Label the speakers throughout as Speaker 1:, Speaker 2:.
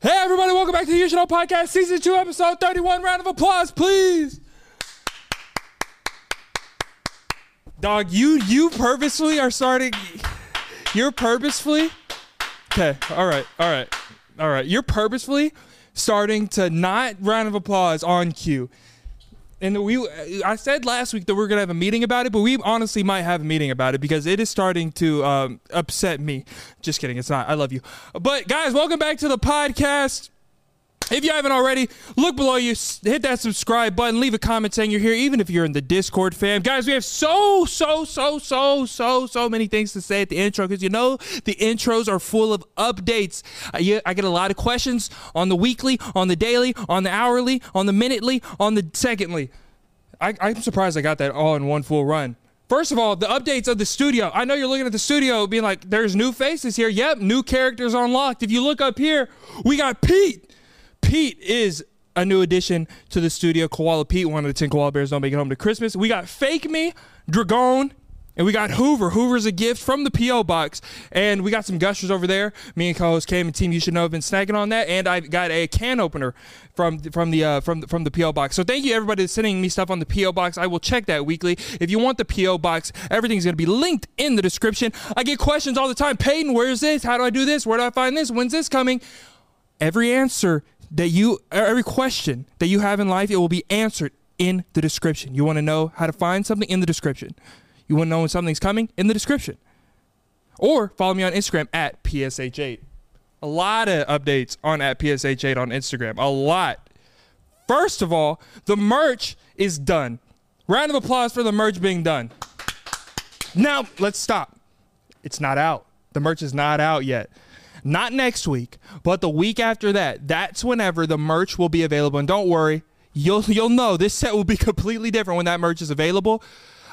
Speaker 1: Hey, everybody, welcome back to the Usual Podcast, Season 2, Episode 31. Round of applause, please. Dog, you you purposefully are starting. You're purposefully. Okay, all right, all right, all right. You're purposefully starting to not round of applause on cue. And we, I said last week that we are gonna have a meeting about it, but we honestly might have a meeting about it because it is starting to um, upset me. Just kidding, it's not. I love you, but guys, welcome back to the podcast. If you haven't already, look below you, s- hit that subscribe button, leave a comment saying you're here, even if you're in the Discord fam. Guys, we have so, so, so, so, so, so many things to say at the intro because you know the intros are full of updates. I, yeah, I get a lot of questions on the weekly, on the daily, on the hourly, on the minutely, on the secondly. I, I'm surprised I got that all in one full run. First of all, the updates of the studio. I know you're looking at the studio being like, there's new faces here. Yep, new characters unlocked. If you look up here, we got Pete. Pete is a new addition to the studio. Koala Pete, one of the 10 koala bears don't make it home to Christmas. We got Fake Me, Dragon, and we got Hoover. Hoover's a gift from the P.O. box. And we got some gushers over there. Me and co-host Cam and team, you should know, have been snacking on that. And I got a can opener from from the uh, from the, from the P.O. box. So thank you everybody that's sending me stuff on the P.O. box. I will check that weekly. If you want the P.O. box, everything's gonna be linked in the description. I get questions all the time. Peyton, where's this? How do I do this? Where do I find this? When's this coming? every answer that you or every question that you have in life it will be answered in the description you want to know how to find something in the description you want to know when something's coming in the description or follow me on instagram at psh8 a lot of updates on at psh8 on instagram a lot first of all the merch is done round of applause for the merch being done now let's stop it's not out. The merch is not out yet. Not next week, but the week after that. That's whenever the merch will be available. And don't worry, you'll you'll know this set will be completely different when that merch is available.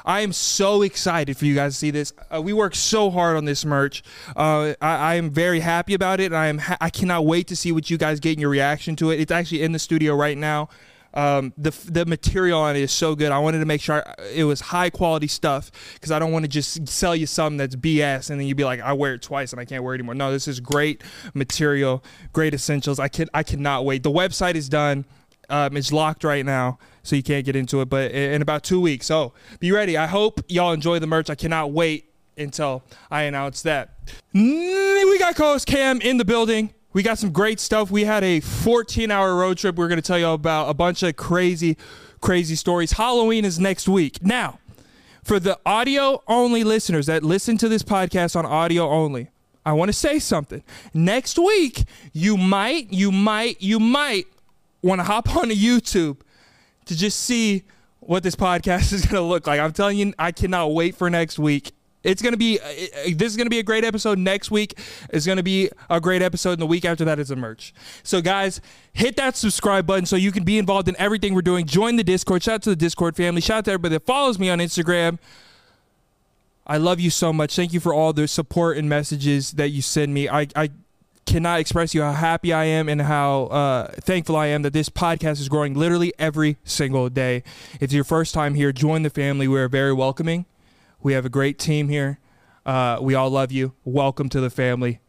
Speaker 1: I am so excited for you guys to see this. Uh, we worked so hard on this merch. Uh, I, I am very happy about it. And I am ha- I cannot wait to see what you guys get in your reaction to it. It's actually in the studio right now. Um, the the material on it is so good. I wanted to make sure it was high quality stuff because I don't want to just sell you something that's BS and then you'd be like, I wear it twice and I can't wear it anymore. No, this is great material, great essentials. I can I cannot wait. The website is done. Um, it's locked right now, so you can't get into it. But in, in about two weeks, so be ready. I hope y'all enjoy the merch. I cannot wait until I announce that. Mm, We got co-host Cam in the building. We got some great stuff. We had a 14-hour road trip. We're gonna tell y'all about a bunch of crazy, crazy stories. Halloween is next week. Now, for the audio only listeners that listen to this podcast on audio only, I want to say something. Next week, you might, you might, you might want to hop onto YouTube to just see what this podcast is going to look like. I'm telling you, I cannot wait for next week. It's going to be, uh, uh, this is going to be a great episode. Next week is going to be a great episode. And the week after that is a merch. So, guys, hit that subscribe button so you can be involved in everything we're doing. Join the Discord. Shout out to the Discord family. Shout out to everybody that follows me on Instagram. I love you so much. Thank you for all the support and messages that you send me. I, I cannot express you how happy I am and how uh, thankful I am that this podcast is growing literally every single day. If it's your first time here, join the family. We are very welcoming. We have a great team here. Uh, we all love you. Welcome to the family.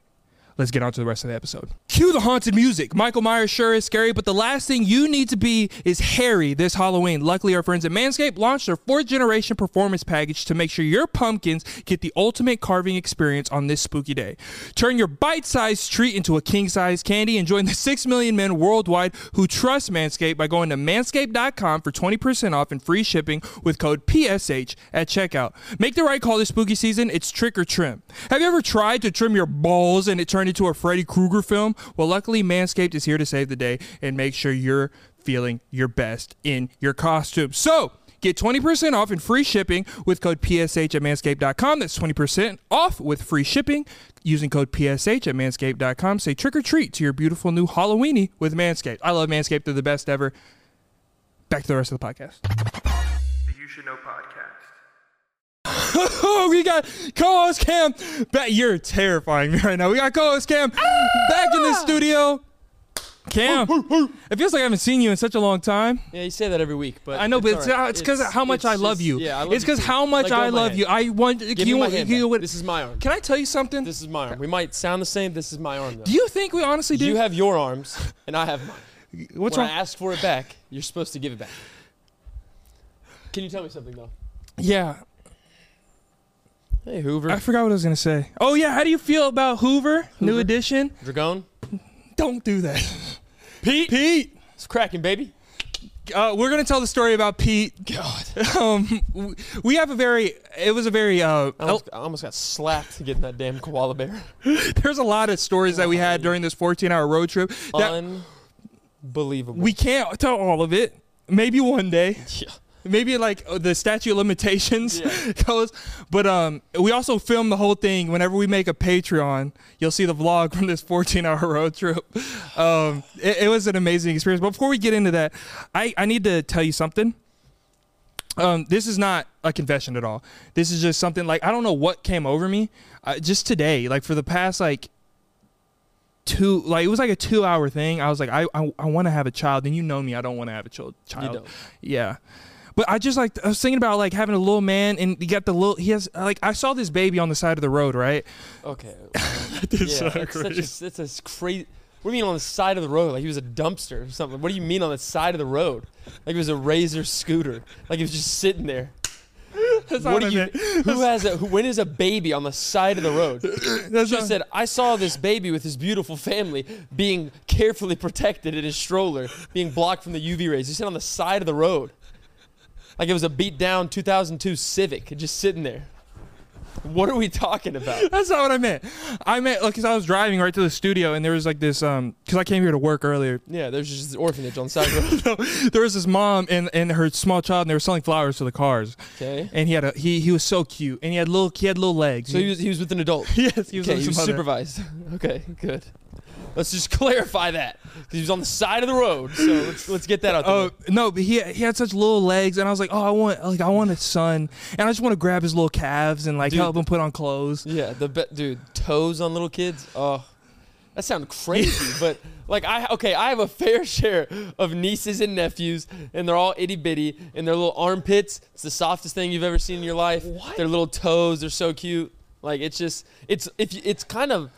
Speaker 1: Let's get on to the rest of the episode. Cue the haunted music. Michael Myers sure is scary, but the last thing you need to be is hairy this Halloween. Luckily, our friends at Manscaped launched their fourth generation performance package to make sure your pumpkins get the ultimate carving experience on this spooky day. Turn your bite sized treat into a king sized candy and join the 6 million men worldwide who trust Manscaped by going to manscaped.com for 20% off and free shipping with code PSH at checkout. Make the right call this spooky season. It's trick or trim. Have you ever tried to trim your balls and it turned into a Freddy Krueger film? Well, luckily, Manscaped is here to save the day and make sure you're feeling your best in your costume. So, Get 20% off and free shipping with code PSH at manscaped.com. That's 20% off with free shipping using code PSH at manscaped.com. Say trick or treat to your beautiful new Halloweeny with Manscaped. I love Manscaped. They're the best ever. Back to the rest of the podcast.
Speaker 2: The You Should Know podcast.
Speaker 1: Oh, we got co-host Cam back. You're terrifying me right now. We got co-host Cam back in the studio. Cam, it feels like I haven't seen you in such a long time.
Speaker 3: Yeah, you say that every week, but
Speaker 1: I know, but it's uh,
Speaker 3: all right.
Speaker 1: it's because how much
Speaker 3: it's
Speaker 1: I love
Speaker 3: just-
Speaker 1: you.
Speaker 3: Yeah, I love
Speaker 1: it's because
Speaker 3: too.
Speaker 1: how much
Speaker 3: Let go
Speaker 1: I
Speaker 3: of my
Speaker 1: love
Speaker 3: hand.
Speaker 1: you. I want.
Speaker 3: Give
Speaker 1: you
Speaker 3: me my
Speaker 1: want-
Speaker 3: hand
Speaker 1: you
Speaker 3: back.
Speaker 1: would-
Speaker 3: This is my arm.
Speaker 1: Can I tell you something?
Speaker 3: This is my arm. We might sound the same. This is my arm, though.
Speaker 1: do you think we honestly do?
Speaker 3: You have your arms, and I have mine.
Speaker 1: What's
Speaker 3: when
Speaker 1: wrong?
Speaker 3: I ask for it back, you're supposed to give it back. Can you tell me something though?
Speaker 1: yeah,
Speaker 3: Hey, Hoover,
Speaker 1: I forgot what I was gonna say. Oh yeah, how do you feel about Hoover, New
Speaker 3: Hoover?
Speaker 1: Edition?
Speaker 3: Dragon,
Speaker 1: Don't do that,
Speaker 3: Pete,
Speaker 1: Pete.
Speaker 3: it's cracking, baby.
Speaker 1: Uh, we're gonna tell the story about Pete.
Speaker 3: God,
Speaker 1: Um, w- we have a very. It was a very. Uh,
Speaker 3: I almost, I almost got slapped getting that damn koala bear.
Speaker 1: there's a lot of stories that we had during this 14-hour road trip
Speaker 3: Uh,
Speaker 1: that
Speaker 3: Unbelievable.
Speaker 1: we can't tell all of it. Maybe one day.
Speaker 3: yeah.
Speaker 1: maybe like uh, the statute of limitations
Speaker 3: Yeah.
Speaker 1: goes but um we also film the whole thing whenever we make a patreon you'll see the vlog from this 14 hour road trip um it, it was an amazing experience but before we get into that i i need to tell you something um this is not a confession at all this is just something like i don't know what came over me uh, just today like for the past like two like it was like a two hour thing i was like i i, I want to have a child and you know me i don't want to have a child child
Speaker 3: don't.
Speaker 1: yeah but I just like I was thinking about like having a little man, and he got the little. He has like I saw this baby on the side of the road, right?
Speaker 3: Okay.
Speaker 1: This
Speaker 3: yeah, that's such a, that's a s- crazy. What do you mean on the side of the road? Like he was a dumpster or something. What do you mean on the side of the road? Like it was a razor scooter. Like it was just sitting there.
Speaker 1: not
Speaker 3: What do
Speaker 1: what
Speaker 3: you?
Speaker 1: I
Speaker 3: Who has a? Who, when is a baby on the side of the road?
Speaker 1: That's
Speaker 3: Just
Speaker 1: not,
Speaker 3: said, I saw this baby with his beautiful family being carefully protected in his stroller, being blocked from the UV rays. He's sitting on the side of the road. Like it was a beat down 2002 Civic, just sitting there. What are we talking about?
Speaker 1: that's not what I meant. I meant like because I was driving right to the studio, and there was like this um because I came here to work earlier.
Speaker 3: Yeah, there's just this orphanage on the side of the road.
Speaker 1: There was this mom and and her small child, and they were selling flowers to the cars.
Speaker 3: Okay.
Speaker 1: And he had a he he was so cute, and he had little he had little legs.
Speaker 3: So he was, he was with an adult.
Speaker 1: yes, he was,
Speaker 3: okay,
Speaker 1: with
Speaker 3: he was
Speaker 1: some other-
Speaker 3: supervised. Okay, good. Let's just clarify that. 'cause He was on the side of the road, so let's, let's get that out there.
Speaker 1: Oh no, but he he had such little legs, and I was like, oh, I want like I want a son, and I just want to grab his little calves and like
Speaker 3: Dude.
Speaker 1: help him put on clothes.
Speaker 3: Yeah, the be- dude toes on little kids. Oh, that sounds crazy, but like I okay, I have a fair share of nieces and nephews, and they're all itty bitty, and their little armpits. It's the softest thing you've ever seen in your life.
Speaker 1: What?
Speaker 3: Their little toes, they're so cute. Like it's just it's if you, it's kind of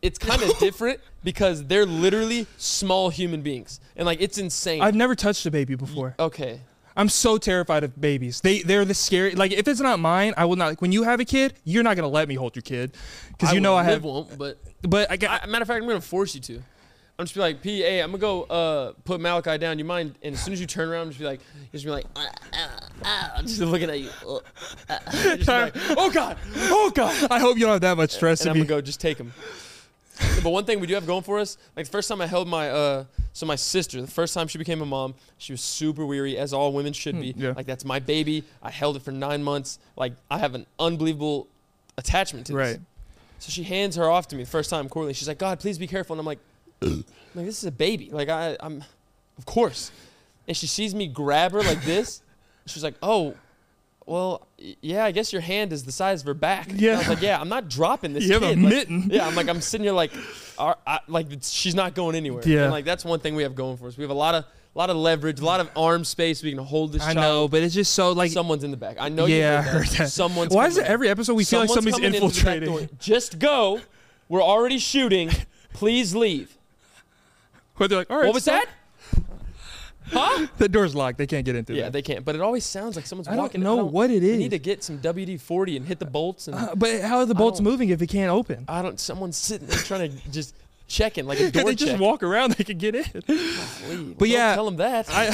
Speaker 3: it's kind of different because they're literally small human beings, and like it's insane.
Speaker 1: I've never touched a baby before.
Speaker 3: okay,
Speaker 1: I'm so terrified of babies. They they're the scary. Like if it's not mine, I will not. Like when you have a kid, you're not gonna let me hold your kid, because you know
Speaker 3: will-
Speaker 1: I
Speaker 3: Liv
Speaker 1: have.
Speaker 3: won't, but
Speaker 1: But I got.
Speaker 3: I, matter of fact, I'm gonna force you to. I'm just be like, P, hey, I'm gonna go uh, put Malachi down. You mind? And as soon as you turn around, I'm just be like, just be like, uh, uh, uh, I'm just looking at you. Uh, uh, uh, just be like, oh God,
Speaker 1: oh god! I hope you don't have that much stress
Speaker 3: and
Speaker 1: in
Speaker 3: I'm
Speaker 1: you.
Speaker 3: gonna go just take him. But one thing we do have going for us, like the first time I held my, uh, so my sister, the first time she became a mom, she was super weary, as all women should be.
Speaker 1: Hmm, yeah.
Speaker 3: Like that's my baby. I held it for nine months. Like I have an unbelievable attachment to this.
Speaker 1: Right.
Speaker 3: So she hands her off to me the first time, Courtney. She's like, God, please be careful. And I'm like, like this is a baby. Like I, I'm, of course. And she sees me grab her like this. She's like, oh, well, y- yeah, I guess your hand is the size of her back. And I was
Speaker 1: Yeah.
Speaker 3: like, yeah, I'm not dropping this
Speaker 1: You have
Speaker 3: kid.
Speaker 1: a
Speaker 3: Like,
Speaker 1: mitten.
Speaker 3: yeah, I'm like, I'm sitting here like, our, I, like it's- she's not going anywhere.
Speaker 1: Yeah.
Speaker 3: And like that's one thing we have going for us. We have a lot of, a lot of leverage, a lot of arm space. We can hold this
Speaker 1: I
Speaker 3: child.
Speaker 1: know, but it's just so like.
Speaker 3: Someone's in the back. I know. you
Speaker 1: yeah, I
Speaker 3: heard that.
Speaker 1: heard that.
Speaker 3: Someone's.
Speaker 1: Why is it
Speaker 3: coming in.
Speaker 1: every episode we feel like
Speaker 3: Someone's
Speaker 1: somebody's
Speaker 3: coming into the back
Speaker 1: infiltrating?
Speaker 3: door. Just go. We're already shooting. Please leave.
Speaker 1: Where they're like, all right.
Speaker 3: What was
Speaker 1: stop."
Speaker 3: that? Huh?
Speaker 1: The door's locked. They can't get into
Speaker 3: Yeah,
Speaker 1: yeah,
Speaker 3: they can't. But it always sounds like someone's
Speaker 1: I don't
Speaker 3: walking.
Speaker 1: know what it
Speaker 3: we
Speaker 1: is. Uh,
Speaker 3: need to get some WD forty and hit the bolts and
Speaker 1: but how are the bolts
Speaker 3: don't-
Speaker 1: moving if it can't open?
Speaker 3: I don't. Someone's sitting there trying to just checking like a
Speaker 1: If
Speaker 3: Uh, door
Speaker 1: they just
Speaker 3: check.
Speaker 1: walk around, they can get in.
Speaker 3: Leave.
Speaker 1: But
Speaker 3: Don't
Speaker 1: yeah,
Speaker 3: tell them that.
Speaker 1: I,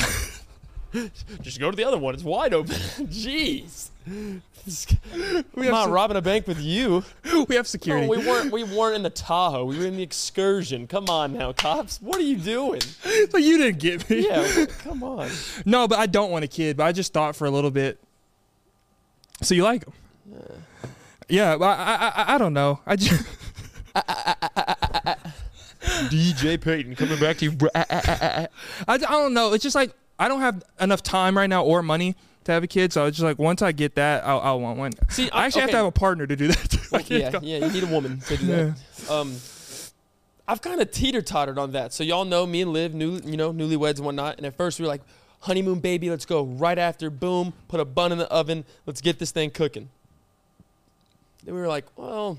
Speaker 3: just go to the other one. It's wide open. Jeez.
Speaker 1: we
Speaker 3: I'm
Speaker 1: have
Speaker 3: not
Speaker 1: se-
Speaker 3: robbing a bank with you.
Speaker 1: we have
Speaker 3: No,
Speaker 1: security.
Speaker 3: we weren't. We weren't in the Tahoe. We were in the excursion. Come on now, cops. What are you doing?
Speaker 1: It's like, you didn't get me.
Speaker 3: Yeah, come on.
Speaker 1: No, but I don't want a kid. But I just thought for a little bit. So you like him? Yeah, but I, I, I, I don't know. I just
Speaker 3: DJ Payton coming back to you. Ah,
Speaker 1: I, I don't know. It's just like I don't have enough time right now or money to have a kid. So I was just like, once I get that, I'll, I'll want one.
Speaker 3: See,
Speaker 1: I actually have to have a partner to do that. I can't
Speaker 3: yeah,
Speaker 1: go-
Speaker 3: yeah. You need a woman to do that. Um, I've kind of teeter tottered on that. So y'all know me and Liv, new you know, newlyweds and whatnot. And at first we were like, honeymoon baby, let's go. Right after, boom, put a bun in the oven, let's get this thing cooking. Then we were like, well,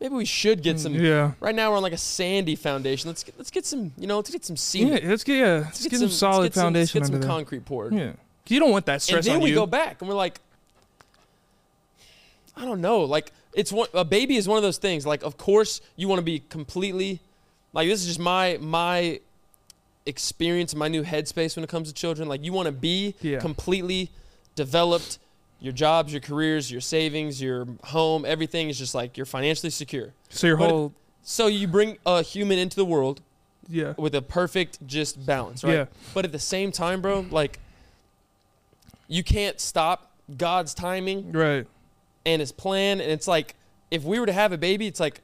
Speaker 3: maybe we should get some.
Speaker 1: Mm, yeah.
Speaker 3: Right now we're on like a sandy foundation. Let's get, let's get some, you know, let's get some
Speaker 1: Yeah,
Speaker 3: cement.
Speaker 1: let's get, yeah, let's get, some, solid
Speaker 3: let's get some-
Speaker 1: foundation
Speaker 3: Let's
Speaker 1: under
Speaker 3: get some
Speaker 1: there.
Speaker 3: concrete poured.
Speaker 1: Yeah. 'Cause You don't want that stress
Speaker 3: and then
Speaker 1: on
Speaker 3: we
Speaker 1: you.
Speaker 3: go back and we're like i don't know like it's one a baby is one of those things like of course you want to be completely like this is just my my experience and my new headspace when it comes to children like you want to be
Speaker 1: Yeah.
Speaker 3: completely developed your jobs your careers your savings your home everything is just like you're financially secure
Speaker 1: so your
Speaker 3: but-
Speaker 1: whole
Speaker 3: so you bring a human into the world
Speaker 1: yeah.
Speaker 3: with a perfect just balance, right?
Speaker 1: Yeah.
Speaker 3: But at the same time, bro, like you can't stop God's timing
Speaker 1: Right.
Speaker 3: and his plan and it's like if we were to have a baby, it's like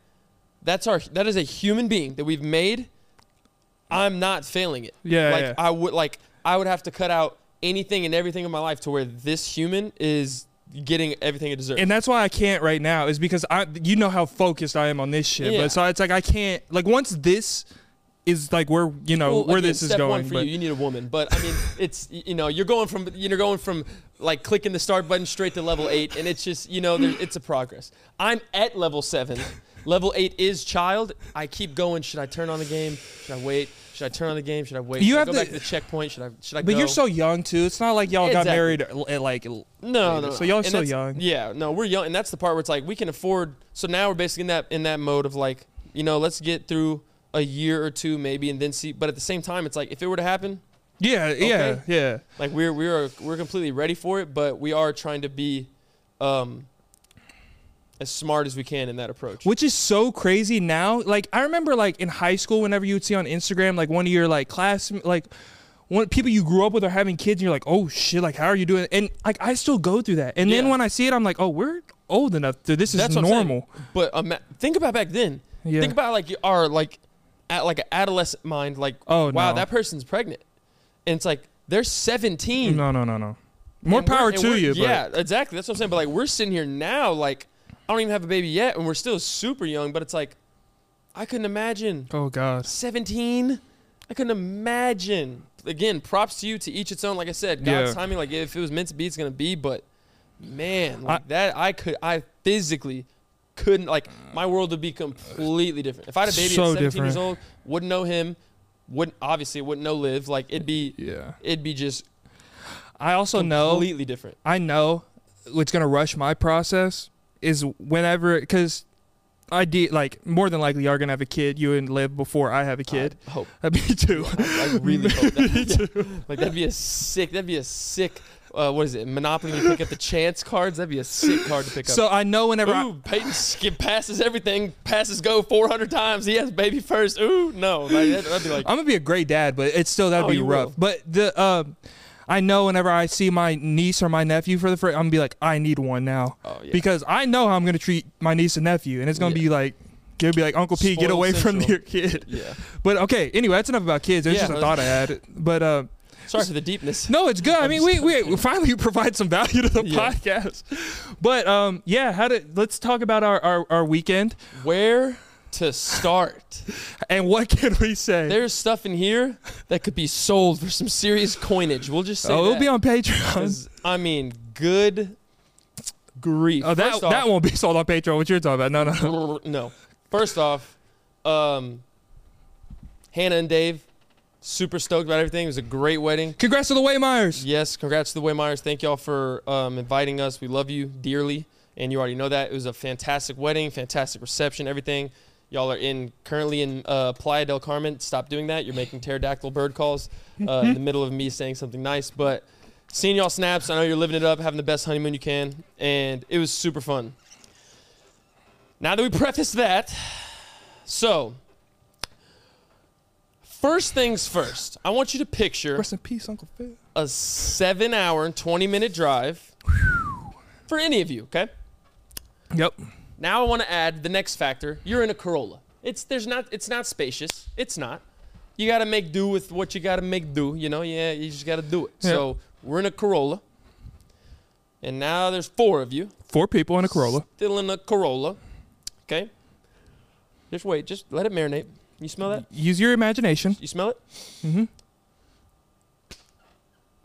Speaker 3: that's our that is a human being that we've made. I'm not failing it.
Speaker 1: Yeah,
Speaker 3: Like
Speaker 1: yeah.
Speaker 3: I would like I would have to cut out anything and everything in my life to where this human is getting everything it deserves.
Speaker 1: And that's why I can't right now is because I you know how focused I am on this shit.
Speaker 3: Yeah.
Speaker 1: But so it's like I can't like once this is like where you know
Speaker 3: Well,
Speaker 1: where
Speaker 3: again,
Speaker 1: this is
Speaker 3: step
Speaker 1: going.
Speaker 3: One for
Speaker 1: but
Speaker 3: you, you need a woman, but I mean, it's you know, you're going from you're going from like clicking the start button straight to level eight, and it's just you know, there, it's a progress. I'm at level seven. Level eight is child. I keep going. Should I turn on the game? Should I wait? Should I turn on the game? Should I wait?
Speaker 1: You
Speaker 3: Should I
Speaker 1: have
Speaker 3: go
Speaker 1: to-
Speaker 3: back to the checkpoint. Should I? Should I?
Speaker 1: But
Speaker 3: go?
Speaker 1: you're so young too. It's not like y'all got
Speaker 3: Exactly.
Speaker 1: married l- at like l-
Speaker 3: No,
Speaker 1: later.
Speaker 3: no. no.
Speaker 1: So y'all are
Speaker 3: And
Speaker 1: so
Speaker 3: that's-
Speaker 1: young.
Speaker 3: Yeah, no, we're young, and that's the part where it's like we can afford. So now we're basically in that in that mode of like, you know, let's get through a year or two maybe, and then see. But at the same time, it's like if it were to happen,
Speaker 1: yeah, yeah, yeah.
Speaker 3: like we're we're we're completely ready for it, but we are trying to be, um, as smart as we can in that approach.
Speaker 1: Which is so crazy now. Like I remember like in high school whenever you would see on Instagram like one of your like class like one people you grew up with are having kids and you're like, "Oh shit, like how are you doing?" And like I still go through that. And then
Speaker 3: Yeah.
Speaker 1: when I see it, I'm like, "Oh, we're old enough. To, this is
Speaker 3: That's what I'm saying.
Speaker 1: normal."
Speaker 3: But um, think about back then.
Speaker 1: Yeah.
Speaker 3: Think about like our like, at like an adolescent mind. Like,
Speaker 1: Oh,
Speaker 3: wow,
Speaker 1: no.
Speaker 3: that person's pregnant, and it's like they're 17.
Speaker 1: No, no, no, no. More
Speaker 3: And we're-
Speaker 1: power
Speaker 3: and
Speaker 1: to
Speaker 3: we're-
Speaker 1: you, but
Speaker 3: Yeah, exactly. That's what I'm saying. But like we're sitting here now, like I don't even have a baby yet, and we're still super young. But it's like, I couldn't imagine.
Speaker 1: oh god.
Speaker 3: 17 i couldn't imagine again props to you to each its own like i said god's
Speaker 1: Yeah.
Speaker 3: timing like if it was meant to be it's gonna be but man like that i could i physically couldn't like my world would be completely different if i had a baby
Speaker 1: So
Speaker 3: at 17 years
Speaker 1: different.
Speaker 3: old wouldn't know him wouldn't obviously wouldn't know live like it'd be
Speaker 1: Yeah.
Speaker 3: it'd be just
Speaker 1: I also know
Speaker 3: completely different
Speaker 1: I know what's gonna rush my process is whenever because I did like more than likely you're gonna have a kid you and live before I have a kid.
Speaker 3: I hope
Speaker 1: Uh, Me too.
Speaker 3: I really hope that. yeah. Like that'd be a sick. That'd be a sick. Uh, what is it? Monopoly. When you pick up the chance cards. That'd be a sick card to pick up.
Speaker 1: So I know whenever I,
Speaker 3: Ooh, Peyton skip passes everything, passes go 400 times. He has baby first. Ooh, no, like, that, would be like
Speaker 1: I'm gonna be a great dad, but it's still that'd
Speaker 3: Oh,
Speaker 1: be
Speaker 3: you
Speaker 1: rough.
Speaker 3: will.
Speaker 1: But the um, I know whenever I see my niece or my nephew for the first, I'm gonna be like, I need one now
Speaker 3: Oh, yeah.
Speaker 1: because I know how I'm gonna treat my niece and nephew, and it's gonna
Speaker 3: Yeah.
Speaker 1: be like, gonna be like Uncle P, get
Speaker 3: Spoiled
Speaker 1: away from
Speaker 3: central.
Speaker 1: your kid.
Speaker 3: yeah.
Speaker 1: But okay, anyway, that's enough about kids. It was
Speaker 3: Yeah.
Speaker 1: just a thought I had. But uh,
Speaker 3: Sorry for the deepness.
Speaker 1: no, it's good. I
Speaker 3: I'm
Speaker 1: mean, we
Speaker 3: just-
Speaker 1: we we finally provide some value to the
Speaker 3: Yeah.
Speaker 1: podcast. But um, yeah, how did let's talk about our our, our weekend
Speaker 3: Where to start?
Speaker 1: and what can we say?
Speaker 3: There's stuff in here that could be sold for some serious coinage. We'll just say
Speaker 1: oh, it'll
Speaker 3: that.
Speaker 1: be on Patreon.
Speaker 3: 'Cause, I mean, good grief.
Speaker 1: Oh, that
Speaker 3: First
Speaker 1: that
Speaker 3: off-
Speaker 1: won't be sold on Patreon. What you're talking about? No, no, no.
Speaker 3: no. First off, um, Hannah and Dave, super stoked about everything. It was a great wedding.
Speaker 1: Congrats to the Waymeyers.
Speaker 3: Yes, congrats to the Waymeyers. Thank y'all for um, inviting us. We love you dearly, and you already know that. It was a fantastic wedding, fantastic reception, everything. Y'all are in currently in uh, Playa del Carmen. Stop doing that. You're making pterodactyl bird calls uh, in the middle of me saying something nice, but seeing y'all snaps. I know you're living it up, having the best honeymoon you can, and it was super fun. Now that we preface that, so first things first, I want you to picture
Speaker 1: Rest in peace, Uncle Phil.
Speaker 3: a seven hour and 20 minute drive for any of you, okay?
Speaker 1: Yep.
Speaker 3: Now I want to add the next factor. You're in a Corolla. It's there's not it's not spacious. It's not. You got to make do with what you got to make do, you know? Yeah, you just got to do it.
Speaker 1: Yeah.
Speaker 3: So, we're in a Corolla. And now there's four of you
Speaker 1: Four people in a Corolla.
Speaker 3: still in a Corolla. Okay? Just wait, just let it marinate. You smell that?
Speaker 1: Use your imagination.
Speaker 3: You smell it? Mm-hmm.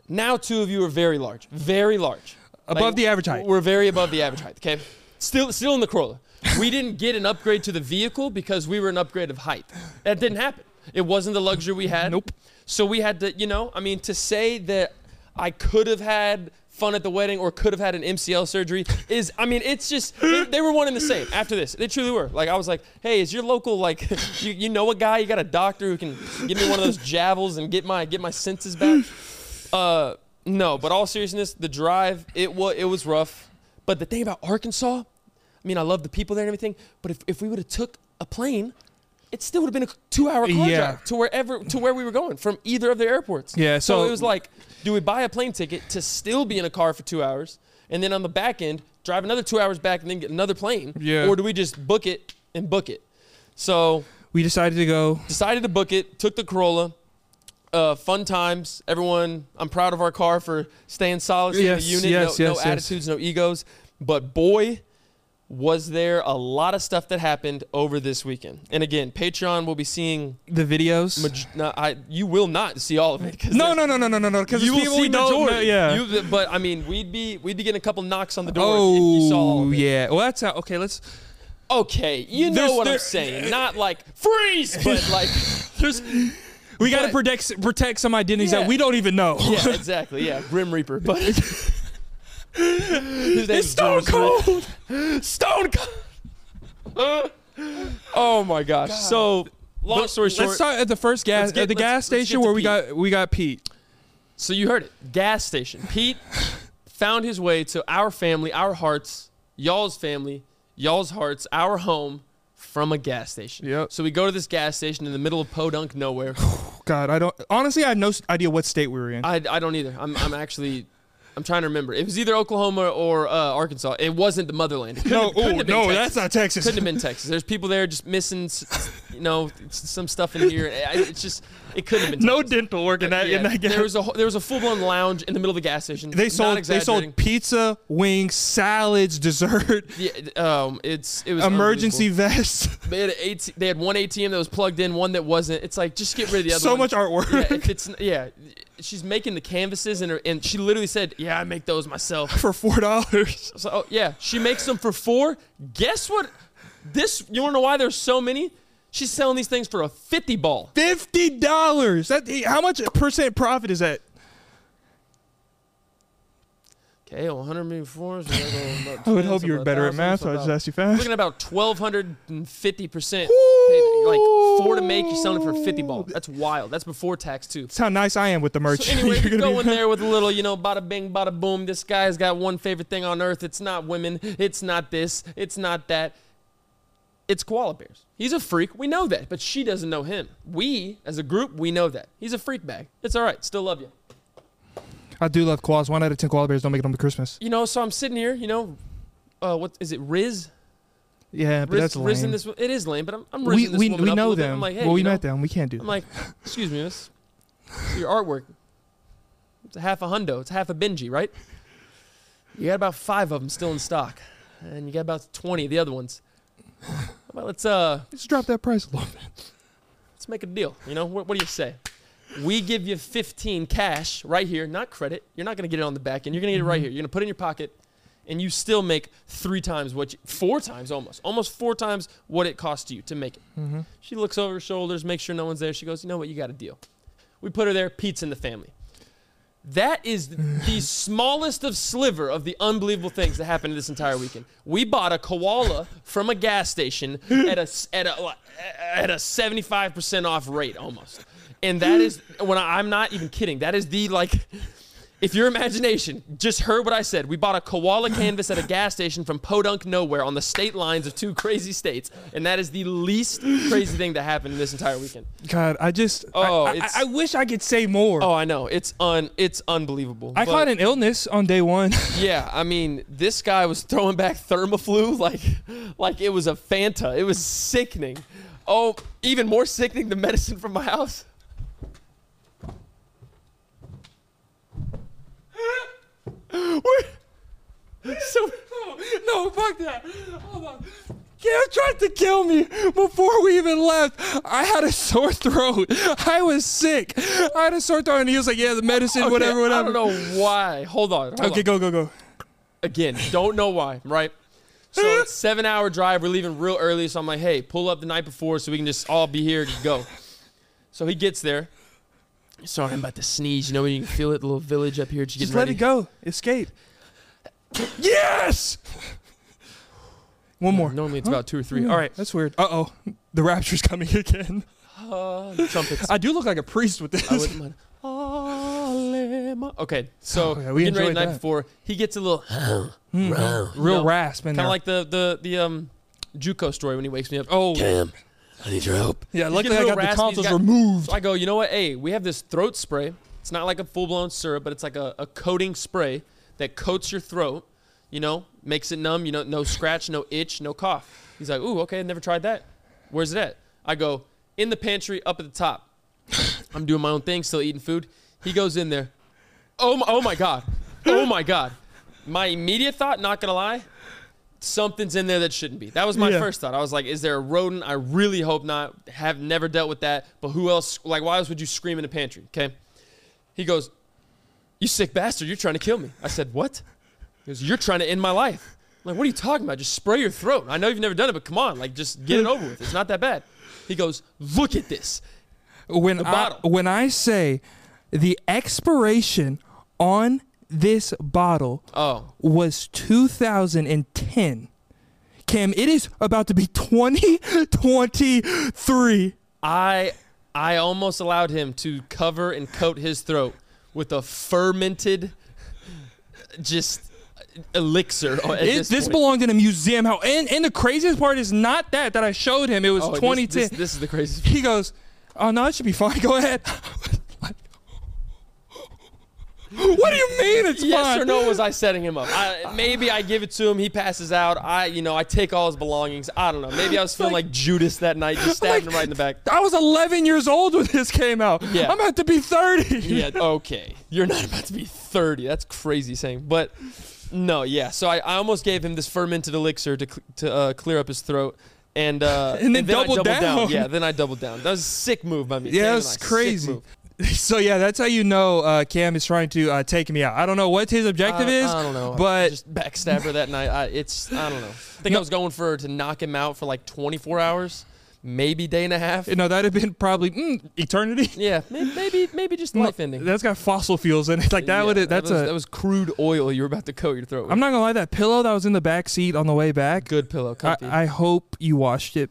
Speaker 3: Now two of you are very large, very large,
Speaker 1: Above the average height.
Speaker 3: We're very above the average height. Okay, still still in the Corolla. We didn't get an upgrade to the vehicle because we were an upgrade of height. That didn't happen. It wasn't the luxury we had.
Speaker 1: Nope.
Speaker 3: So we had to, you know, I mean, to say that I could have had fun at the wedding or could have had an MCL surgery is, I mean, it's just, it- they were one and the same after this. They truly were. Like, I was like, hey, is your local, like, you, you know a guy, you got a doctor who can give me one of those javels and get my, get my senses back? Uh, no, but all seriousness, the drive, it, wa- it was rough. But the thing about Arkansas, I mean, I love the people there and everything, but if, if we would have took a plane, it still would have been a two-hour car
Speaker 1: Yeah.
Speaker 3: drive to wherever to where we were going from either of the airports.
Speaker 1: Yeah, so-
Speaker 3: it was like, do we buy a plane ticket to still be in a car for two hours, and then on the back end drive another two hours back and then get another plane?
Speaker 1: Yeah.
Speaker 3: Or do we just book it and book it? So
Speaker 1: We decided to go.
Speaker 3: decided to book it. Took the Corolla. Uh, fun times, everyone. I'm proud of our car for staying solid in the
Speaker 1: Yes,
Speaker 3: unit.
Speaker 1: yes,
Speaker 3: no,
Speaker 1: yes,
Speaker 3: no
Speaker 1: yes.
Speaker 3: attitudes, no egos. But boy, was there a lot of stuff that happened over this weekend. And again, Patreon will be seeing.
Speaker 1: The videos.
Speaker 3: maj- no, I, you will not see all of it. 'cause
Speaker 1: no,
Speaker 3: there's-
Speaker 1: no, no, no, no, no, no. Because
Speaker 3: You will
Speaker 1: people
Speaker 3: see
Speaker 1: we don't know.
Speaker 3: majority.
Speaker 1: Yeah.
Speaker 3: You- but I mean, we'd be we'd be getting a couple knocks on the door if you saw all
Speaker 1: oh
Speaker 3: of it.
Speaker 1: yeah. Well, that's how. Okay, let's.
Speaker 3: Okay, you know
Speaker 1: There's-
Speaker 3: what I'm
Speaker 1: there-
Speaker 3: saying. Not like freeze, but like there's
Speaker 1: We got to
Speaker 3: But-
Speaker 1: protect protect some identities
Speaker 3: Yeah.
Speaker 1: that we don't even know.
Speaker 3: yeah, exactly. Yeah, Grim Reaper. But his name
Speaker 1: it's Stone Cold.
Speaker 3: Stone Cold. oh my gosh. So, long story short,
Speaker 1: Let's start at the first gas
Speaker 3: Let's get-
Speaker 1: at the
Speaker 3: let's-
Speaker 1: gas
Speaker 3: let's get
Speaker 1: station
Speaker 3: to
Speaker 1: where we
Speaker 3: Pete.
Speaker 1: got we got Pete.
Speaker 3: so you heard it. Gas station. Pete found his way to our family, our hearts, y'all's family, y'all's hearts, our home from a gas station.
Speaker 1: Yep.
Speaker 3: So we go to this gas station in the middle of Podunk nowhere.
Speaker 1: Oh, God, I don't honestly I had no s- idea what state we were in.
Speaker 3: I, I don't either. I'm, I'm actually, I'm trying to remember. It was either Oklahoma or uh, Arkansas. It wasn't the motherland. It couldn't
Speaker 1: no,
Speaker 3: have- couldn't
Speaker 1: ooh,
Speaker 3: have been
Speaker 1: no,
Speaker 3: Texas.
Speaker 1: that's not Texas.
Speaker 3: Couldn't have been Texas. There's people there just missing, s- s- you know, s- some stuff in here. I- It's just, it couldn't have been.
Speaker 1: no
Speaker 3: Texas.
Speaker 1: dental work in that in
Speaker 3: Yeah,
Speaker 1: that gas.
Speaker 3: there was a whole- there was a full blown lounge in the middle of the gas station.
Speaker 1: they
Speaker 3: Not
Speaker 1: sold they
Speaker 3: exaggerating.
Speaker 1: sold pizza, wings, salads, dessert,
Speaker 3: Yeah, um, it's it was
Speaker 1: emergency
Speaker 3: unbelievable.
Speaker 1: vests.
Speaker 3: They had a AT, they had one ATM that was plugged in, one that wasn't. It's like just get rid of the other.
Speaker 1: so
Speaker 3: one.
Speaker 1: much artwork.
Speaker 3: Yeah, if it's yeah, she's making the canvases and her, and she literally said, "Yeah, I make those myself."
Speaker 1: for four dollars.
Speaker 3: So oh, yeah, she makes them for four. Guess what? This you want to know why there's so many? She's selling these things for a fifty ball.
Speaker 1: Fifty dollars. That how much percent profit is that?
Speaker 3: Okay, well, 100 million fours. we're gonna go about
Speaker 1: I would
Speaker 3: 10,
Speaker 1: hope
Speaker 3: so
Speaker 1: you were
Speaker 3: about
Speaker 1: better at
Speaker 3: 1,000,
Speaker 1: math,
Speaker 3: so
Speaker 1: so I
Speaker 3: about-
Speaker 1: just asked you fast.
Speaker 3: Looking at about 1,250 percent.
Speaker 1: Ooh.
Speaker 3: Like four to make, you're selling it for fifty ball. That's wild. That's before tax too.
Speaker 1: That's how nice I am with the merch.
Speaker 3: So anyway,
Speaker 1: You're
Speaker 3: you
Speaker 1: gonna
Speaker 3: go
Speaker 1: be-
Speaker 3: in there with a little, you know, bada bing, bada boom. This guy's got one favorite thing on earth. It's not women. It's not this. It's not that. It's koala bears. He's a freak. We know that, but she doesn't know him. We, as a group, we know that. He's a freak bag. It's all right. Still love you.
Speaker 1: I do love koalas. One out of ten koala bears don't make it on to Christmas.
Speaker 3: You know, so I'm sitting here. You know, uh, what is it? Riz.
Speaker 1: Yeah, but
Speaker 3: Riz,
Speaker 1: that's lame.
Speaker 3: Rizzing this. wo- It is lame, but I'm, I'm
Speaker 1: we
Speaker 3: rizzing this
Speaker 1: we,
Speaker 3: woman
Speaker 1: we
Speaker 3: up a
Speaker 1: know
Speaker 3: little bit.
Speaker 1: them.
Speaker 3: I'm like, hey,
Speaker 1: well, we
Speaker 3: you know,
Speaker 1: met them. We can't do.
Speaker 3: I'm
Speaker 1: That.
Speaker 3: like, excuse me, miss. Your artwork. It's a half a hundo. It's half a Benji, right? You got about five of them still in stock, and you got about twenty of the other ones. Well, let's uh,
Speaker 1: Just drop that price a little bit.
Speaker 3: let's make a deal. You know, what, what do you say? We give you fifteen cash right here, not credit. You're not gonna get it on the back end. You're gonna get it right here. You're gonna put it in your pocket, and you still make three times what, you, four times almost, almost four times what it cost you to make it. She looks over her shoulders, makes sure no one's there. She goes, You know what? You got a deal. We put her there, Pete's in the family. That is the smallest of sliver of the unbelievable things that happened this entire weekend. We bought a koala from a gas station at a s- at a at a seventy five percent off rate almost, and that is when I, I'm not even kidding. That is the like, if your imagination just heard what I said. We bought a koala canvas at a gas station from Podunk nowhere on the state lines of two crazy states, and that is the least crazy thing that happened this entire weekend.
Speaker 1: God, I just.
Speaker 3: Oh,
Speaker 1: I, I,
Speaker 3: it's-
Speaker 1: I wish I could say more.
Speaker 3: Oh, I know it's un it's unbelievable.
Speaker 1: I
Speaker 3: but-
Speaker 1: caught an illness on day one.
Speaker 3: Yeah, I mean, this guy was throwing back thermoflu like like it was a Fanta. It was sickening. Oh, even more sickening than medicine from my house. We're- so
Speaker 1: no, fuck that. Hold on. Cam tried to kill me before we even left. I had a sore throat. I was sick. I had a sore throat, and he was like, "Yeah, the medicine,
Speaker 3: Okay,
Speaker 1: whatever, whatever."
Speaker 3: I don't know why. Hold on. hold
Speaker 1: Okay,
Speaker 3: on.
Speaker 1: go, go, go.
Speaker 3: Again, don't know why. Right. So it's seven hour drive. We're leaving real early. So I'm like, hey, pull up the night before so we can just all be here and go. So he gets there. Sorry, I'm about to sneeze. You know when you can feel it, the little village up here. Just,
Speaker 1: Just
Speaker 3: getting
Speaker 1: let
Speaker 3: ready.
Speaker 1: it go. Escape. Yes. One more.
Speaker 3: Normally it's about two or three.
Speaker 1: All right, that's weird. Uh oh, the rapture's coming again.
Speaker 3: All right. Uh, trumpets.
Speaker 1: Oh, I do look like a priest with this.
Speaker 3: I wouldn't mind. Alema- Okay, so
Speaker 1: Okay, Oh, we
Speaker 3: we getting ready the
Speaker 1: enjoyed
Speaker 3: night
Speaker 1: that.
Speaker 3: before he gets a little kind
Speaker 1: Mm.
Speaker 4: Oh,
Speaker 1: Real
Speaker 3: No.
Speaker 1: rasp in
Speaker 3: of
Speaker 1: there.
Speaker 3: like the the the um JUCO story when he wakes me up. Oh,
Speaker 1: oh,
Speaker 4: Cam, I need your help.
Speaker 1: yeah.
Speaker 3: getting
Speaker 1: Luckily, I
Speaker 3: real
Speaker 1: got
Speaker 3: raspy.
Speaker 1: the
Speaker 3: He's
Speaker 1: tonsils
Speaker 3: got-
Speaker 1: removed.
Speaker 3: so I go. You know what? Hey, we have this throat spray. It's not like a full blown syrup, but it's like a, a coating spray that coats your throat. You know, makes it numb. You know, no scratch, no itch, no cough. He's like, ooh, okay, I've never tried that. Where's it at? I go in the pantry up at the top. I'm doing my own thing, still eating food. He goes in there. Oh my, oh my god. Oh my god. My immediate thought, not gonna lie, something's in there that shouldn't be. That was my
Speaker 1: Yeah.
Speaker 3: first thought. I was like, is there a rodent? I really hope not. Have never dealt with that. But who else like why else would you scream in the pantry? Okay. He goes, You sick bastard, you're trying to kill me. I said, What? He goes, You're trying to end my life. I'm like, what are you talking about? Just spray your throat. I know you've never done it, but come on, like just get it over with. It's not that bad. He goes, Look at this.
Speaker 1: when I,
Speaker 3: bottle.
Speaker 1: when I say the expiration on this bottle
Speaker 3: Oh.
Speaker 1: was 2010. Cam, it is about to be 2023.
Speaker 3: I I almost allowed him to cover and coat his throat with a fermented just elixir. At
Speaker 1: It-
Speaker 3: this
Speaker 1: this
Speaker 3: point.
Speaker 1: belonged in a museum. How and, and the craziest part is not that that I showed him. It was
Speaker 3: Oh, this-
Speaker 1: 2010.
Speaker 3: This, this is the craziest.
Speaker 1: he goes, "Oh no, it should be fine. Go ahead." Like, what do you mean it's
Speaker 3: Yes
Speaker 1: fine?
Speaker 3: or no? Was I setting him up? I, maybe I give it to him. He passes out. I, you know, I take all his belongings. I don't know. Maybe I was feeling like,
Speaker 1: Like-
Speaker 3: Judas that night, just stabbing him right in the back.
Speaker 1: I was 11 years old when this came out.
Speaker 3: Yeah.
Speaker 1: I'm about to be 30.
Speaker 3: yeah, okay. You're not about to be 30. That's crazy saying. But no, yeah. So I, I almost gave him this fermented elixir to, cl- to uh, clear up his throat. And, uh,
Speaker 1: And then
Speaker 3: I
Speaker 1: doubled down.
Speaker 3: Yeah, then I doubled down. That was a sick move by me.
Speaker 1: Yeah,
Speaker 3: Damn,
Speaker 1: that's
Speaker 3: I- sick
Speaker 1: crazy.
Speaker 3: move.
Speaker 1: So yeah, that's how you know uh, Cam is trying to uh, take me out. I don't know what his objective
Speaker 3: I-
Speaker 1: is,
Speaker 3: Uh, I don't know.
Speaker 1: but
Speaker 3: just backstabber that night. I, it's I don't know. I think I was going for to knock him out for like 24 hours, maybe day and a half.
Speaker 1: you know that'd have been probably mm, eternity.
Speaker 3: yeah, may- maybe maybe just life ending.
Speaker 1: That's got fossil fuels in it. Like that
Speaker 3: Yeah,
Speaker 1: would that's
Speaker 3: that was,
Speaker 1: a.
Speaker 3: that was crude oil you were about to coat your throat. With.
Speaker 1: I'm not gonna lie, that pillow that was in the back seat on the way back.
Speaker 3: good pillow.
Speaker 1: I,
Speaker 3: Comfy.
Speaker 1: I hope you washed it.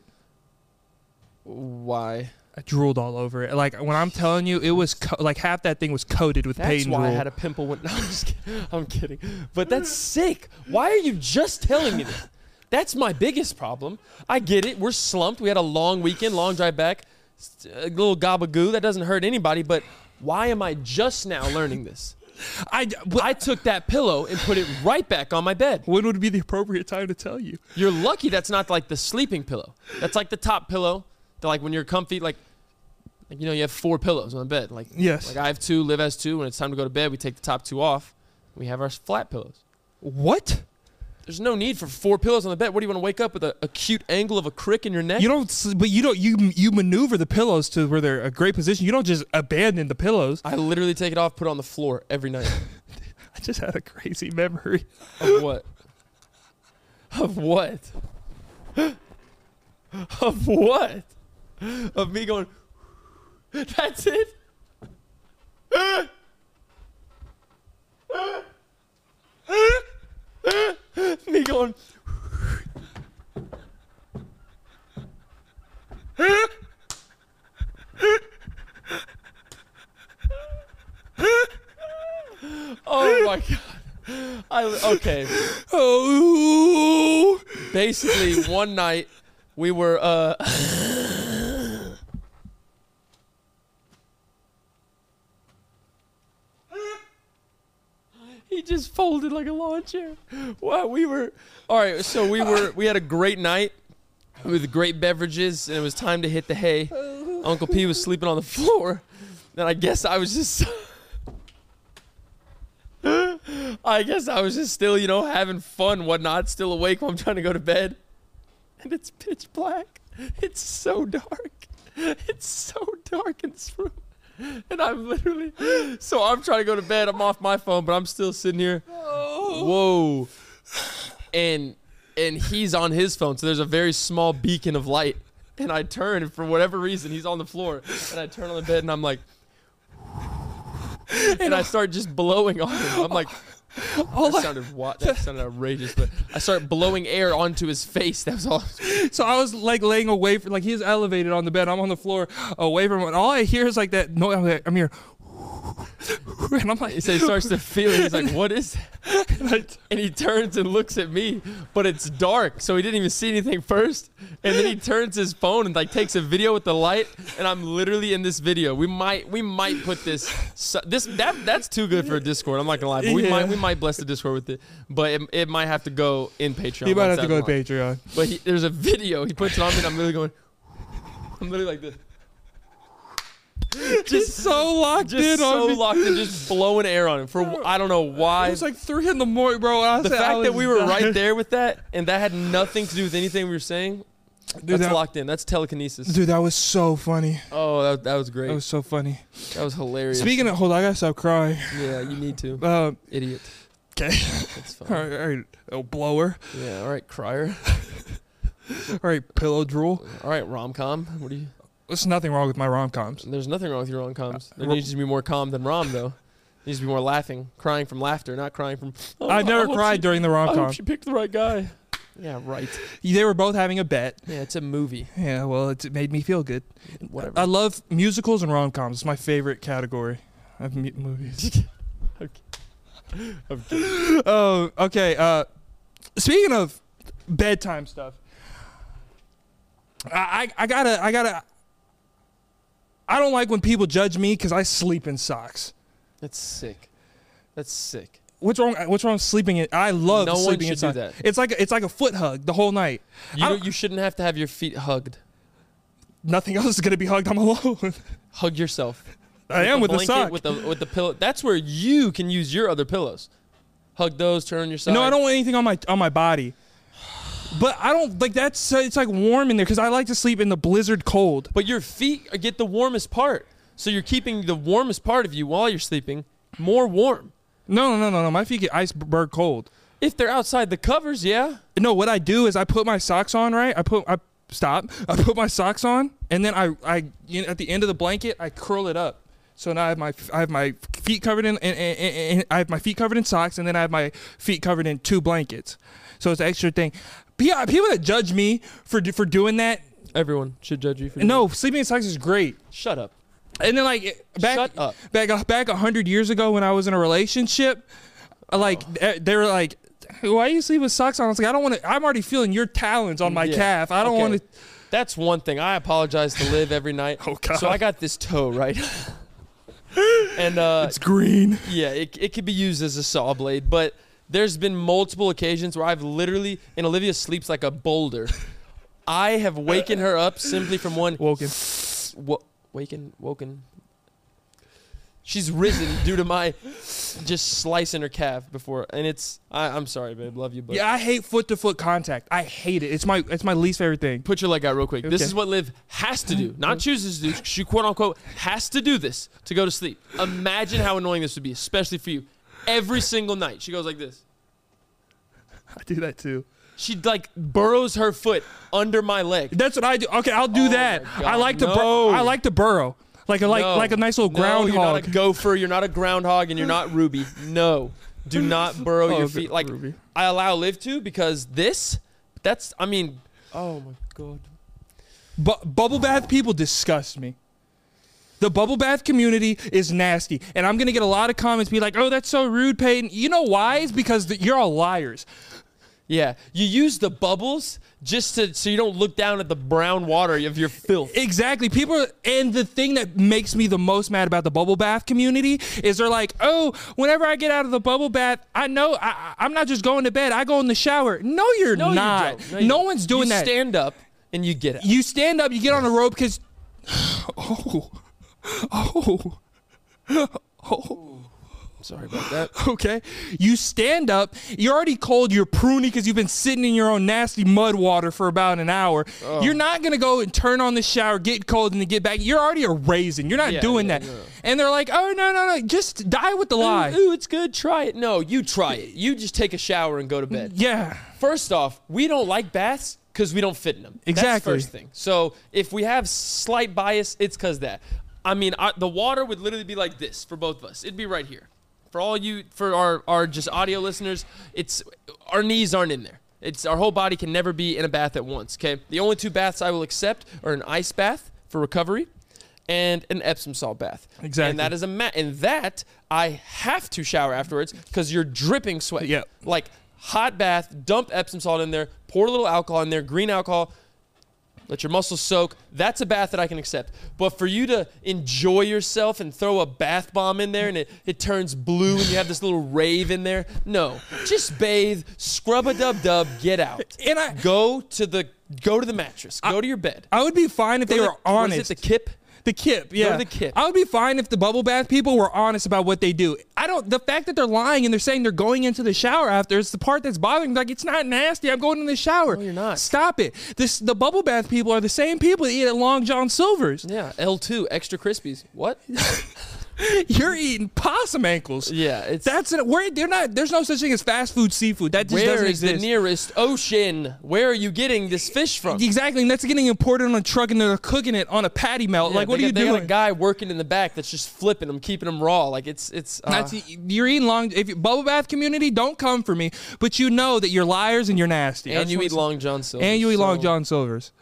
Speaker 3: Why?
Speaker 1: I drooled all over it. Like when I'm telling you, it was co- like half that thing was coated with
Speaker 3: That's
Speaker 1: paint
Speaker 3: why
Speaker 1: drool.
Speaker 3: I had a pimple when. No, I'm just kidding. I'm kidding. But that's sick. Why are you just telling me that? That's my biggest problem. I get it. We're slumped. We had a long weekend, long drive back. S- A little gabagoo. That doesn't hurt anybody. But why am I just now learning this?
Speaker 1: I,
Speaker 3: I took that pillow and put it right back on my bed.
Speaker 1: when would be the appropriate time to tell you?
Speaker 3: You're lucky that's not like the sleeping pillow. That's like the top pillow. That like when you're comfy, like, like you know, you have four pillows on the bed. Like
Speaker 1: Yes.
Speaker 3: Like I have two, Liv has two. When it's time to go to bed, we take the top two off. We have our flat pillows.
Speaker 1: what?
Speaker 3: There's no need for four pillows on the bed. What do you want to wake up with a acute angle of a crick in your neck?
Speaker 1: You don't, s- but you don't. You you maneuver the pillows to where they're a great position. You don't just abandon the pillows.
Speaker 3: I literally take it off, put it on the floor every night.
Speaker 1: I just had a crazy memory.
Speaker 3: of what? Of what? Of what? Of me going. That's it. me going. Oh my god. I okay.
Speaker 1: Oh,
Speaker 3: Basically, one night we were uh He just folded like a lawn chair. Wow, we were all right. So we were we had a great night with great beverages, and it was time to hit the hay. Uncle P was sleeping on the floor, and I guess I was just. I guess I was just still, you know, having fun, whatnot, still awake while I'm trying to go to bed. and it's pitch black. It's so dark. It's so dark in this room. And I'm literally so I'm trying to go to bed. I'm off my phone, but I'm still sitting here. Whoa. And and he's on his phone, so there's a very small beacon of light. And I turn, and for whatever reason, he's on the floor. And I turn on the bed, and I'm like, and I start just blowing on him. I'm like,
Speaker 1: Oh
Speaker 3: that sounded what? That sounded outrageous. But I start blowing air onto his face. That was all.
Speaker 1: So I was like laying away from like he's elevated on the bed. I'm on the floor away from him. And all I hear is like that noise. I'm, like, I'm here. And I'm like,
Speaker 3: So he starts to feel. it. He's like, "What is?" that?"
Speaker 1: and I-
Speaker 3: And he turns and looks at me, but it's dark, so he didn't even see anything first. And then he turns his phone and like takes a video with the light, and I'm literally in this video. We might we might put this so- this that that's too good for Discord. I'm not gonna lie, but we
Speaker 1: Yeah.
Speaker 3: might we might bless the Discord with it, but it, it might have to go in Patreon.
Speaker 1: you might
Speaker 3: once
Speaker 1: have to
Speaker 3: that's
Speaker 1: go to
Speaker 3: launched.
Speaker 1: Patreon.
Speaker 3: But he, there's a video he puts it on me, and I'm literally going. I'm literally like this,
Speaker 1: Just so locked in
Speaker 3: just so
Speaker 1: on me.
Speaker 3: locked in, just blowing air on him for I don't know why.
Speaker 1: It was like three in the morning, bro. I
Speaker 3: the
Speaker 1: said, I
Speaker 3: fact that
Speaker 1: was
Speaker 3: we were
Speaker 1: dying.
Speaker 3: right there with that, and that had nothing to do with anything we were saying,
Speaker 1: Dude,
Speaker 3: that's
Speaker 1: that,
Speaker 3: locked in. That's telekinesis.
Speaker 1: dude, that was so funny.
Speaker 3: Oh, that, that was great.
Speaker 1: That was so funny.
Speaker 3: hilarious.
Speaker 1: Speaking of, hold on, I gotta stop crying.
Speaker 3: yeah, you need to,
Speaker 1: Uh,
Speaker 3: idiot.
Speaker 1: okay.
Speaker 3: That's fine.
Speaker 1: All right, all right. Oh, blower.
Speaker 3: Yeah, all right, crier.
Speaker 1: All right, pillow drool.
Speaker 3: All right, rom com. What do you?
Speaker 1: There's nothing wrong with my rom coms.
Speaker 3: There's nothing wrong with your rom coms. There
Speaker 1: rom-
Speaker 3: needs to be more calm than rom though. Needs to be more laughing, crying from laughter, not crying from. Oh,
Speaker 1: I've
Speaker 3: I
Speaker 1: never
Speaker 3: hope she-
Speaker 1: cried during the rom
Speaker 3: I
Speaker 1: com.
Speaker 3: hope she picked the right guy. Yeah, right.
Speaker 1: They were both having a bet.
Speaker 3: Yeah, it's a movie.
Speaker 1: Yeah, well, it's- it made me feel good.
Speaker 3: Whatever.
Speaker 1: I love musicals and rom coms. It's my favorite category of mu- movies.
Speaker 3: I'm kidding.
Speaker 1: Oh, okay. Uh, speaking of bedtime stuff, I, I I gotta I gotta. I don't like when people judge me because I sleep in socks.
Speaker 3: That's sick. That's sick.
Speaker 1: What's wrong? uh, What's wrong with sleeping in? I love
Speaker 3: No one
Speaker 1: sleeping in
Speaker 3: should do
Speaker 1: socks.
Speaker 3: that.
Speaker 1: It's like a, it's like a foot hug the whole night.
Speaker 3: You,
Speaker 1: I
Speaker 3: don't, you shouldn't have to have your feet hugged.
Speaker 1: Nothing else is gonna be hugged. I'm alone.
Speaker 3: Hug yourself.
Speaker 1: I am with the
Speaker 3: blanket,
Speaker 1: sock.
Speaker 3: With the with the pillow. That's where you can use your other pillows. Hug those. Turn on your side.
Speaker 1: No, I don't want anything on my on my body. But I don't like that's uh, it's like warm in there because I like to sleep in the blizzard cold.
Speaker 3: But your feet are- get the warmest part, so you're keeping the warmest part of you while you're sleeping more warm.
Speaker 1: No, no, no, no, no. My feet get iceberg cold.
Speaker 3: If they're outside the covers, yeah.
Speaker 1: No, what I do is I put my socks on. Right, I put I stop. I put my socks on, and then I I you know, at the end of the blanket I curl it up. So now I have my I have my feet covered in and, and, and, I have my feet covered in socks, and then I have my feet covered in two blankets. So it's an extra thing. Pe- People that judge me for do- for doing that,
Speaker 3: Everyone should judge you for
Speaker 1: no, sleeping in socks is great.
Speaker 3: Shut up.
Speaker 1: And then like it- back
Speaker 3: Shut up.
Speaker 1: back uh, back a hundred years ago when I was in a relationship, uh, like
Speaker 3: Oh.
Speaker 1: they- they were like, "Why you sleep with socks on?" I was like, "I don't want to. I'm already feeling your talons on my
Speaker 3: Yeah.
Speaker 1: calf. I don't
Speaker 3: Okay.
Speaker 1: want to."
Speaker 3: That's one thing. I apologize to live every night.
Speaker 1: Oh, God.
Speaker 3: So I got this toe right. and uh,
Speaker 1: green.
Speaker 3: Yeah, it, it could be used as a saw blade, but there's been multiple occasions where I've literally, and Olivia sleeps like a boulder. I have waken her up simply from one
Speaker 1: Woken.
Speaker 3: wo- waken, woken. She's risen due to my just slicing her calf before, and it's. I, I'm sorry, babe. Love you, but
Speaker 1: Yeah, I hate foot to foot contact. I hate it. It's my it's my least favorite thing.
Speaker 3: Put your leg out real quick. This
Speaker 1: Okay.
Speaker 3: is what Liv has to do, not chooses to do. She quote unquote has to do this to go to sleep. Imagine how annoying this would be, especially for you. Every single night, she goes like this.
Speaker 1: I do that too.
Speaker 3: She like burrows her foot under my leg.
Speaker 1: That's what I do. Okay, I'll do
Speaker 3: Oh
Speaker 1: that.
Speaker 3: my God,
Speaker 1: I like to
Speaker 3: no.
Speaker 1: bur- I like to burrow. Like a like
Speaker 3: No.
Speaker 1: like a nice little
Speaker 3: No, You're not
Speaker 1: groundhog.
Speaker 3: a gopher. You're not a groundhog, and you're not Ruby. No, do not burrow
Speaker 1: Oh,
Speaker 3: your
Speaker 1: okay,
Speaker 3: feet. Like
Speaker 1: Ruby.
Speaker 3: I allow live to because this. That's. I mean. Oh my god.
Speaker 1: Bu- bubble bath people disgust me. The bubble bath community is nasty, and I'm gonna get a lot of comments be like, "Oh, that's so rude, Peyton." You know why? It's because th- you're all liars.
Speaker 3: Yeah, you use the bubbles just to so you don't look down at the brown water of your filth.
Speaker 1: Exactly. People, are, and the thing that makes me the most mad about the bubble bath community is they're like, "Oh, whenever I get out of the bubble bath, I know I- I, I'm not just going to bed. I go in the shower." No, you're
Speaker 3: you
Speaker 1: not.
Speaker 3: don't.
Speaker 1: No,
Speaker 3: you don't.
Speaker 1: one's doing
Speaker 3: you
Speaker 1: that.
Speaker 3: Stand up and you get it.
Speaker 1: you stand up, you get on the rope because. Oh, oh, oh.
Speaker 3: Sorry about that.
Speaker 1: okay? You stand up. You're already cold. You're pruny because you've been sitting in your own nasty mud water for about an hour.
Speaker 3: Oh.
Speaker 1: You're not gonna go and turn on the shower, get cold, and then get back. You're already a raisin. You're not
Speaker 3: Yeah,
Speaker 1: doing
Speaker 3: yeah,
Speaker 1: that.
Speaker 3: no.
Speaker 1: And they're like, oh no, no, no, just die with the lie.
Speaker 3: Ooh, ooh, it's good. Try it. No, you try it. You just take a shower and go to bed.
Speaker 1: Yeah.
Speaker 3: First off, we don't like baths because we don't fit in them. That's the
Speaker 1: Exactly.
Speaker 3: first thing. So if we have slight bias, it's because that. I mean, I, the water would literally be like this for both of us. It'd be right here. For all you, for our, our just audio listeners, it's our knees aren't in there. It's our whole body can never be in a bath at once. Okay, the only two baths I will accept are an ice bath for recovery, and an Epsom salt bath.
Speaker 1: Exactly.
Speaker 3: And that is a mat. And that I have to shower afterwards because you're dripping sweat.
Speaker 1: Yep.
Speaker 3: Like hot bath, dump Epsom salt in there, pour a little alcohol in there, green alcohol. Let your muscles soak. That's a bath that I can accept. But for you to enjoy yourself and throw a bath bomb in there and it, it turns blue and you have this little rave in there, no. Just bathe, scrub a dub dub, get out.
Speaker 1: And I-
Speaker 3: go to the go to the mattress. Go to your bed.
Speaker 1: I would be fine if they
Speaker 3: Go to
Speaker 1: were
Speaker 3: the- what is
Speaker 1: honest.
Speaker 3: it, the kip?
Speaker 1: The Kip, yeah.
Speaker 3: the Kip.
Speaker 1: I would be fine if the bubble bath people were honest about what they do. I don't. The fact that they're lying and they're saying they're going into the shower after it's the part that's bothering. me. Like it's not nasty. I'm going in the shower. No,
Speaker 3: you're not.
Speaker 1: Stop it. This the bubble bath people are the same people that eat at Long John Silver's.
Speaker 3: Yeah, L2 extra crispies. What?
Speaker 1: You're eating possum ankles.
Speaker 3: Yeah, it's
Speaker 1: That's an, where they're not. There's no such thing as fast food seafood. That just
Speaker 3: where
Speaker 1: doesn't
Speaker 3: is
Speaker 1: exist.
Speaker 3: the nearest ocean? Where are you getting this fish from?
Speaker 1: exactly, and that's getting imported on a truck, and they're cooking it on a patty melt.
Speaker 3: Yeah,
Speaker 1: like, what
Speaker 3: they
Speaker 1: are you
Speaker 3: got, they
Speaker 1: doing?
Speaker 3: Got a guy working in the back that's just flipping them, keeping them raw. Like it's it's. Uh,
Speaker 1: That's you're eating long. If you, bubble bath community, don't come for me. But you know that you're liars and you're nasty. I
Speaker 3: and
Speaker 1: just
Speaker 3: you
Speaker 1: wanna
Speaker 3: eat
Speaker 1: say-
Speaker 3: Long John Silver's.
Speaker 1: and you eat Long
Speaker 3: so-
Speaker 1: John Silver's.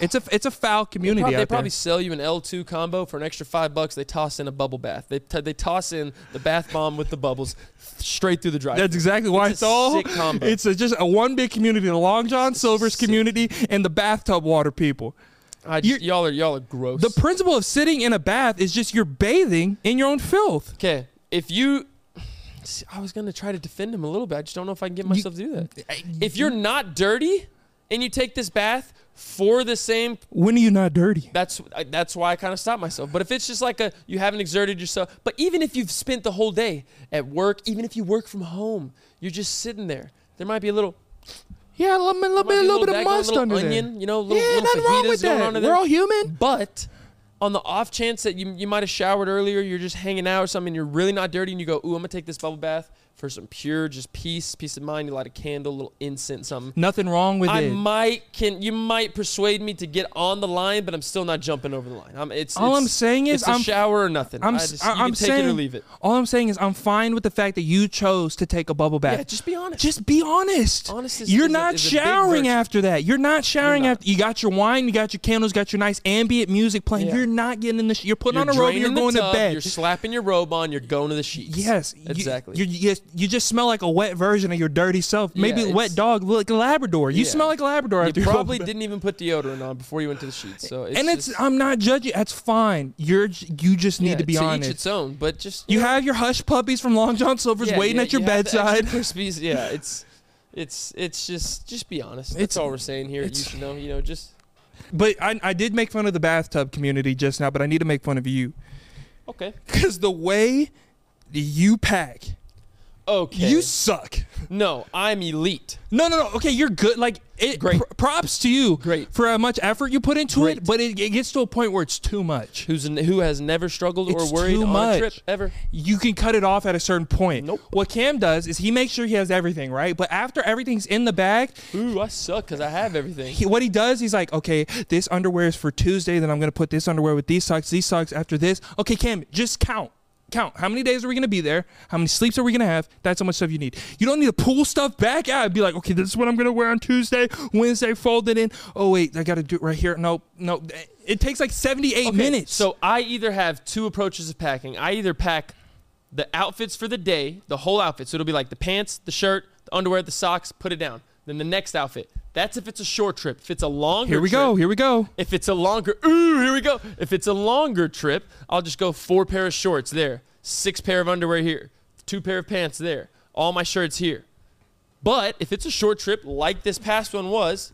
Speaker 1: It's a it's a foul community.
Speaker 3: Prob-
Speaker 1: out
Speaker 3: they probably
Speaker 1: there.
Speaker 3: sell you an L2 combo for an extra five bucks. They toss in a bubble bath. They, t- they toss in the bath bomb with the bubbles straight through the drive.
Speaker 1: That's exactly why
Speaker 3: It's a
Speaker 1: it's, all.
Speaker 3: sick combo.
Speaker 1: It's a, just a one big community, the Long John Silver's
Speaker 3: sick-
Speaker 1: community, and the bathtub water people.
Speaker 3: I
Speaker 1: you're-
Speaker 3: just, y'all are y'all are gross.
Speaker 1: The principle of sitting in a bath is just you're bathing in your own filth.
Speaker 3: okay, if you, See, I was gonna try to defend him a little bit. I just don't know if I can get myself to do that. If you're not dirty and you take this bath for the same
Speaker 1: When are you not dirty?
Speaker 3: that's I- that's why I kind of stopped myself. But if it's just like a you haven't exerted yourself, but even if you've spent the whole day at work, even if you work from home, you're just sitting there. There might be a little,
Speaker 1: Yeah, a little, little
Speaker 3: might
Speaker 1: bit, a
Speaker 3: be
Speaker 1: little bit of
Speaker 3: daggone,
Speaker 1: must
Speaker 3: little
Speaker 1: under
Speaker 3: onion,
Speaker 1: there.
Speaker 3: you know, little,
Speaker 1: yeah,
Speaker 3: little
Speaker 1: nothing wrong
Speaker 3: fajitas
Speaker 1: with
Speaker 3: going
Speaker 1: that.
Speaker 3: on in
Speaker 1: We're
Speaker 3: there.
Speaker 1: all human.
Speaker 3: But on the off chance that you you might have showered earlier, you're just hanging out or something, you're really not dirty, and you go, ooh, I'm gonna take this bubble bath for some pure just peace, peace of mind. You light a candle, little incense, something.
Speaker 1: Nothing wrong with
Speaker 3: I
Speaker 1: it.
Speaker 3: might can you might persuade me to get on the line, but I'm still not jumping over the line. I'm, it's
Speaker 1: All
Speaker 3: it's-
Speaker 1: I'm saying is
Speaker 3: it's a
Speaker 1: I'm-
Speaker 3: shower or nothing.
Speaker 1: I'm,
Speaker 3: I
Speaker 1: s-
Speaker 3: just,
Speaker 1: I-
Speaker 3: you can
Speaker 1: I'm
Speaker 3: take
Speaker 1: saying,
Speaker 3: it or leave it.
Speaker 1: All I'm saying is I'm fine with the fact that you chose to take a bubble bath.
Speaker 3: Yeah, just be honest.
Speaker 1: Just be honest.
Speaker 3: Honest is-
Speaker 1: You're
Speaker 3: is a-
Speaker 1: not
Speaker 3: is a big
Speaker 1: showering
Speaker 3: virtue.
Speaker 1: after that. You're not showering
Speaker 3: not.
Speaker 1: after. You got your wine. You got your candles. Got your nice ambient music playing.
Speaker 3: Yeah.
Speaker 1: You're not getting in the. Sh- you're putting
Speaker 3: you're
Speaker 1: on a robe. and
Speaker 3: draining
Speaker 1: You're
Speaker 3: the
Speaker 1: going
Speaker 3: tub,
Speaker 1: to bed.
Speaker 3: You're slapping your robe on. You're going to the sheets.
Speaker 1: yes. you-
Speaker 3: exactly.
Speaker 1: You, yes, you just smell like a wet version of your dirty self. Maybe
Speaker 3: Yeah,
Speaker 1: a wet
Speaker 3: it's-
Speaker 1: dog, like a Labrador. You
Speaker 3: Yeah.
Speaker 1: smell like a Labrador
Speaker 3: You
Speaker 1: after your
Speaker 3: probably
Speaker 1: bubble bath.
Speaker 3: didn't even put deodorant on before you went to the sheets. So it's
Speaker 1: And it's.
Speaker 3: just-
Speaker 1: I'm not judging. That's fine. You're. j- You just need
Speaker 3: yeah,
Speaker 1: to be
Speaker 3: to
Speaker 1: honest.
Speaker 3: Each its own, but just
Speaker 1: You have your hush puppies from Long John Silver's
Speaker 3: yeah,
Speaker 1: waiting
Speaker 3: yeah,
Speaker 1: at your
Speaker 3: you have the extra
Speaker 1: bedside.
Speaker 3: Crispies. Yeah, it's it's it's just just be honest. That's
Speaker 1: It's-
Speaker 3: all we're saying here. You
Speaker 1: it's-
Speaker 3: should know. You know, just
Speaker 1: But I, I did make fun of the bathtub community just now, but I need to make fun of you
Speaker 3: okay.
Speaker 1: because the way that you pack,
Speaker 3: Okay.
Speaker 1: you suck.
Speaker 3: no, I'm elite.
Speaker 1: No, no, no. Okay, you're good. Like, it,
Speaker 3: Great.
Speaker 1: pr- props to you
Speaker 3: Great.
Speaker 1: for how much effort you put into
Speaker 3: Great.
Speaker 1: it, but it, it gets to a point where it's too much.
Speaker 3: Who's n who has never struggled
Speaker 1: It's
Speaker 3: or worried
Speaker 1: too
Speaker 3: on
Speaker 1: much.
Speaker 3: a trip ever?
Speaker 1: You can cut it off at a certain point.
Speaker 3: Nope.
Speaker 1: What Cam does is he makes sure he has everything, right? But after everything's in the bag,
Speaker 3: Ooh, I suck because I have everything.
Speaker 1: he, what he does, he's like, okay, this underwear is for Tuesday. Then I'm gonna put this underwear with these socks, these socks after this. Okay, Cam, just count, count. How many days are we gonna be there? How many sleeps are we gonna have? That's how much stuff you need. You don't need to pull stuff back out and be like, okay, this is what I'm gonna wear on Tuesday, Wednesday, fold it in. Oh wait, I gotta do it right here. Nope, nope. It takes like 78
Speaker 3: Okay,
Speaker 1: minutes.
Speaker 3: So I either have two approaches of packing. I either pack the outfits for the day, the whole outfit. So it'll be like the pants, the shirt, the underwear, the socks, put it down. Then the next outfit. That's if it's a short trip. If it's a longer
Speaker 1: here we
Speaker 3: trip-
Speaker 1: go. Here we go.
Speaker 3: If it's a longer, ooh, here we go. If it's a longer trip, I'll just go four pair of shorts there, six pair of underwear here, two pair of pants there, all my shirts here. But if it's a short trip like this past one was,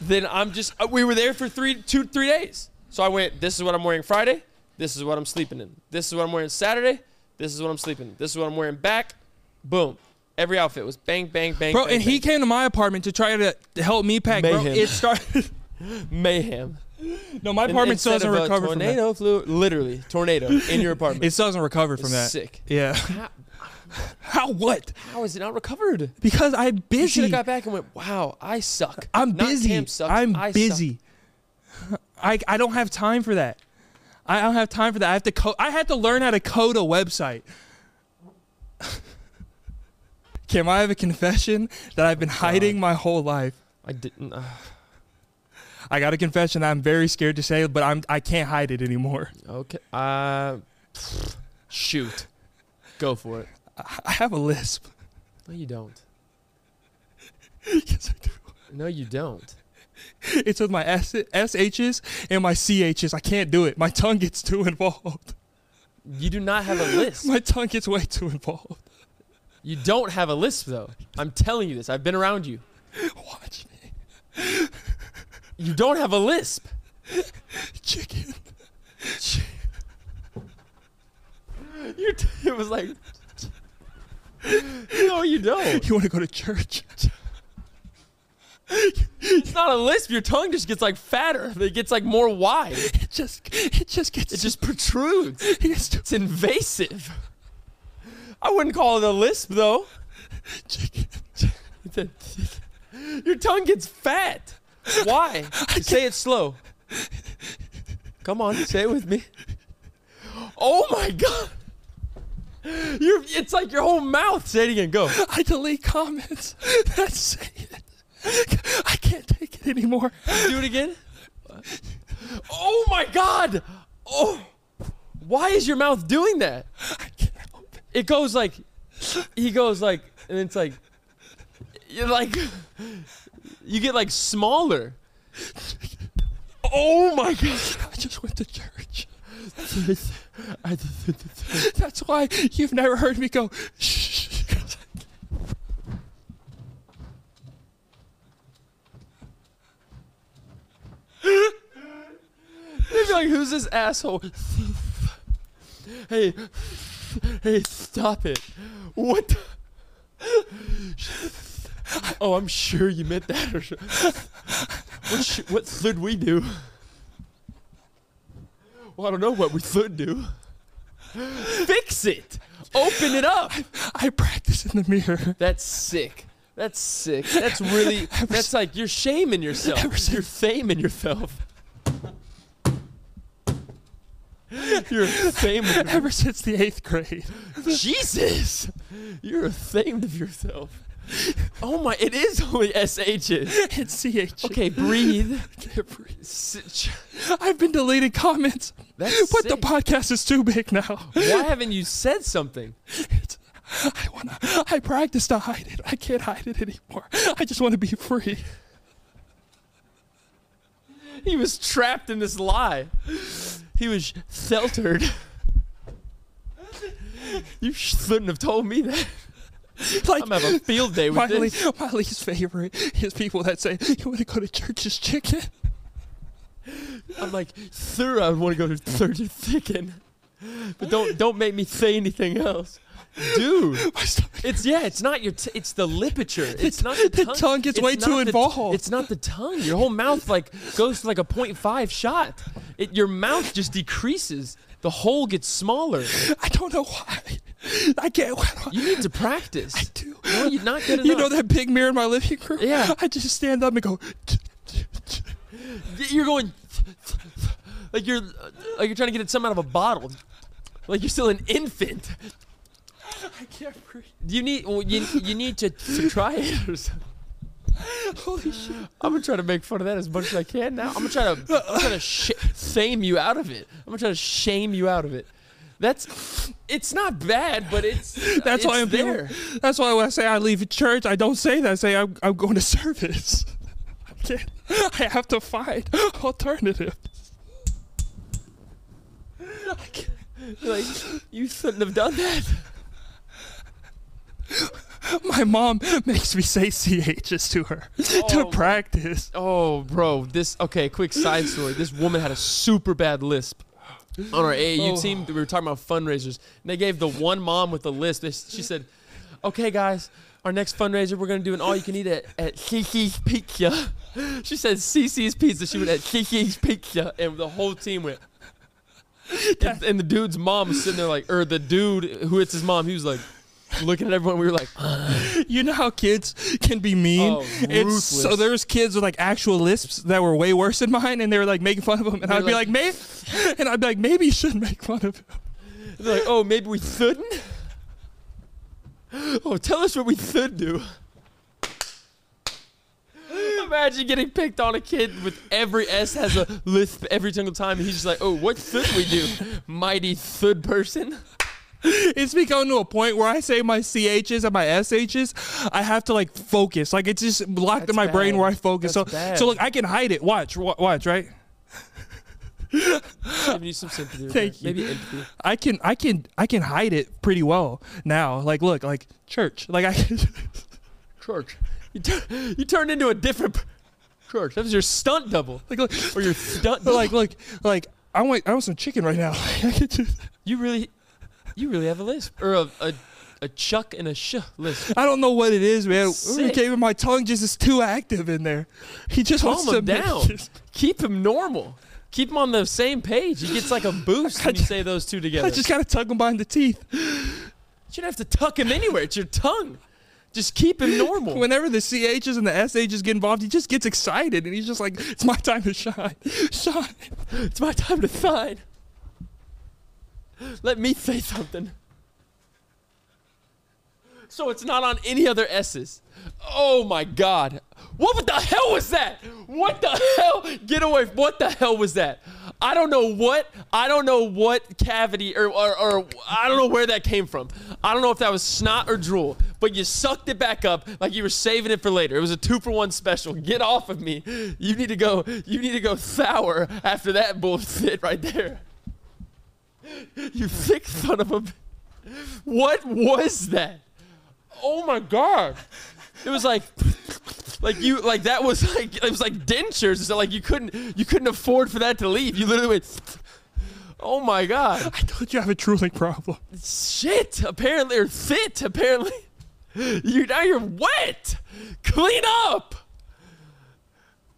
Speaker 3: then I'm just uh, we were there for three, two, three days. So I went. This is what I'm wearing Friday. This is what I'm sleeping in. This is what I'm wearing Saturday. This is what I'm sleeping. in. This is what I'm wearing back. Boom. Every outfit was bang, bang, bang.
Speaker 1: bro.
Speaker 3: bang,
Speaker 1: And he
Speaker 3: bang.
Speaker 1: came to my apartment to try to help me pack. Bro,
Speaker 3: Mayhem.
Speaker 1: it started.
Speaker 3: mayhem.
Speaker 1: No, my apartment still doesn't
Speaker 3: Instead of a
Speaker 1: recover from that.
Speaker 3: tornado flew literally tornado in your apartment.
Speaker 1: It still doesn't recover from
Speaker 3: It's
Speaker 1: that.
Speaker 3: sick.
Speaker 1: Yeah. How what?
Speaker 3: How is it not recovered?
Speaker 1: Because I'm
Speaker 3: You
Speaker 1: busy.
Speaker 3: should have got back and went, wow, I suck.
Speaker 1: I'm
Speaker 3: Not
Speaker 1: busy.
Speaker 3: Cam sucks,
Speaker 1: I'm
Speaker 3: I suck."
Speaker 1: busy. I I don't have time for that. I don't have time for that. I have to code. I had to learn how to code a website. Kim, I have a confession that I've been hiding my whole life.
Speaker 3: I didn't. Uh,
Speaker 1: I got a confession I'm very scared to say, but I'm I can't hide it anymore.
Speaker 3: okay. Uh, shoot. Go for it.
Speaker 1: I, I have a lisp.
Speaker 3: No, you don't.
Speaker 1: Yes, I do.
Speaker 3: No, you don't.
Speaker 1: It's with my S- SHs and my CHs. I can't do it. My tongue gets too involved.
Speaker 3: You do not have a list.
Speaker 1: My tongue gets way too involved.
Speaker 3: You don't have a lisp, though. I'm telling you this. I've been around you.
Speaker 1: Watch me.
Speaker 3: You don't have a lisp.
Speaker 1: Chicken.
Speaker 3: You t- it was like. No, you don't.
Speaker 1: You want to go to church?
Speaker 3: It's not a lisp. Your tongue just gets like fatter. It gets like more wide.
Speaker 1: It just, it just gets.
Speaker 3: It just protrudes.
Speaker 1: it gets too
Speaker 3: It's invasive. I wouldn't call it a lisp, though.
Speaker 1: chicken.
Speaker 3: Your tongue gets fat. Why? Say it slow. Come on, say it with me. Oh my god. You're, it's like your whole mouth. Say it again. Go.
Speaker 1: I delete comments that say it. I can't take it anymore.
Speaker 3: Do it again. Oh my god. Oh. Why is your mouth doing that?
Speaker 1: I can't help it.
Speaker 3: It goes like. He goes like, and it's like. You're like. You get like smaller. Oh my god.
Speaker 1: I just went to church. That's why you've never heard me go. Shh.
Speaker 3: They'd be like, who's this asshole? hey, hey, stop it. What the? Oh, I'm sure you meant that. Or what, sh- what should we do? Well, I don't know what we should do. Fix it. Open it up.
Speaker 1: I practice in the mirror.
Speaker 3: That's sick. That's sick. That's really.
Speaker 1: Ever
Speaker 3: That's like you're shaming yourself.
Speaker 1: Ever since-
Speaker 3: You're faming yourself. You're faming.
Speaker 1: Ever since the eighth grade.
Speaker 3: Jesus, you're ashamed of yourself. Oh my! It is only sh's.
Speaker 1: It's CH.
Speaker 3: Okay, breathe.
Speaker 1: Can't breathe.
Speaker 3: Sit- ch-
Speaker 1: I've been deleting comments,
Speaker 3: That's
Speaker 1: but the
Speaker 3: sick.
Speaker 1: podcast is too big now.
Speaker 3: Why haven't you said something?
Speaker 1: It's- I wanna. I practice to hide it. I can't hide it anymore. I just want to be free.
Speaker 3: He was trapped in this lie. He was sheltered. You shouldn't have told me that.
Speaker 1: Like
Speaker 3: I'm gonna have a field day with
Speaker 1: my,
Speaker 3: this.
Speaker 1: le- my least favorite is people that say you want to go to church's chicken.
Speaker 3: I'm like, sir, I want to go to Surgeon Chicken, but don't don't make me say anything else, dude.
Speaker 1: My stomach.
Speaker 3: It's yeah, it's not your, t- it's the lipiture. It's not
Speaker 1: the
Speaker 3: the tongue.
Speaker 1: tongue gets
Speaker 3: It's
Speaker 1: way
Speaker 3: not
Speaker 1: too
Speaker 3: the t-
Speaker 1: involved.
Speaker 3: it's not the tongue. Your whole mouth like goes to like a .5 shot. It, your mouth just decreases. The hole gets smaller.
Speaker 1: I don't know why. I can't. I don't-
Speaker 3: You need to practice.
Speaker 1: I do.
Speaker 3: No, you're not good enough.
Speaker 1: You know that big mirror in my living room?
Speaker 3: Yeah.
Speaker 1: I just stand up and go.
Speaker 3: Y- You're going like you're like you're trying to get something out of a bottle. Like you're still an infant.
Speaker 1: I can't breathe.
Speaker 3: You need well, you, you need to, to try it. Or something.
Speaker 1: Holy shit.
Speaker 3: I'm gonna try to make fun of that as much as I can now. I'm gonna try to I'm trying to sh- shame you out of it. I'm gonna try to shame you out of it. That's it's not bad, but it's
Speaker 1: That's why
Speaker 3: it's
Speaker 1: I'm
Speaker 3: there.
Speaker 1: That's why when I say I leave church, I don't say that. I say I'm, I'm going to service. I can't. I have to find alternative.
Speaker 3: Like you shouldn't have done that.
Speaker 1: My mom makes me say CHs to her
Speaker 3: Oh
Speaker 1: to
Speaker 3: my-
Speaker 1: practice.
Speaker 3: Oh, bro, this okay. Quick side story: This woman had a super bad lisp. on our AAU team, we were talking about fundraisers. And they gave the one mom with the list. They, she said, "Okay, guys, our next fundraiser, we're gonna do an all-you-can-eat at at Cici's Pizza." She said Cici's Pizza. She went at Cici's Pizza, and the whole team went. And, and the dude's mom was sitting there like, or the dude who it's his mom, he was like, looking at everyone. We were like,
Speaker 1: You know how kids can be mean.
Speaker 3: Oh,
Speaker 1: it's so
Speaker 3: ruthless.
Speaker 1: there's kids with like actual lisps that were way worse than mine, and they were like making fun of them, and
Speaker 3: They're
Speaker 1: I'd be like,
Speaker 3: like-
Speaker 1: "May," and I'd be like, "Maybe you shouldn't make fun of him."
Speaker 3: They're like, oh, maybe we shouldn't. Oh, tell us what we should do. Imagine getting picked on a kid with every S has a lisp every single time. And he's just like, oh, what should we do? Mighty should person.
Speaker 1: It's become to a point where I say my ch's and my sh's, I have to like focus. Like it's just locked in
Speaker 3: That's
Speaker 1: my brain
Speaker 3: bad.
Speaker 1: where I focus.
Speaker 3: That's
Speaker 1: so
Speaker 3: bad.
Speaker 1: so look, I can hide it. Watch, wa- watch, right?
Speaker 3: Give you some sympathy. right
Speaker 1: Thank
Speaker 3: there.
Speaker 1: you.
Speaker 3: Maybe empathy.
Speaker 1: I can I can I can hide it pretty well now. Like look, like church. Like I can
Speaker 3: Church. You, tur- you turned into a different p- church. That was your stunt double.
Speaker 1: like look
Speaker 3: Or your stunt double.
Speaker 1: like look like I want I want some chicken right now. I can do
Speaker 3: you really, you really have a lisp. Or a, a, a chuck and a sh lisp.
Speaker 1: I don't know what it is, man.
Speaker 3: Sick.
Speaker 1: Okay, but my tongue just is too active in there. He just
Speaker 3: Calm
Speaker 1: wants
Speaker 3: him
Speaker 1: to make-
Speaker 3: down. Keep him normal. Keep him on the same page. He gets like a boost when you say those two together.
Speaker 1: I just gotta tug him behind the teeth.
Speaker 3: you don't have to tuck him anywhere. It's your tongue. Just keep him normal.
Speaker 1: Whenever the CHs and the SHs get involved, he just gets excited and he's just like, "It's my time to shine, shine."
Speaker 3: it's my time to shine. Let me say something. So it's not on any other S's. Oh my God. What the hell was that? What the hell? Get away. What the hell was that? I don't know what, I don't know what cavity or, or, or I don't know where that came from. I don't know if that was snot or drool, but you sucked it back up like you were saving it for later. It was a two for one special. Get off of me. You need to go, you need to go sour after that bullshit right there. You thick son of a. b- What was that? Oh my god! It was like, like you, like that was like it was like dentures. So like you couldn't, you couldn't afford for that to leave. You literally went. Oh my god!
Speaker 1: I told you I have a drooling problem.
Speaker 3: Shit! Apparently, or fit apparently. You now you're wet. Clean up.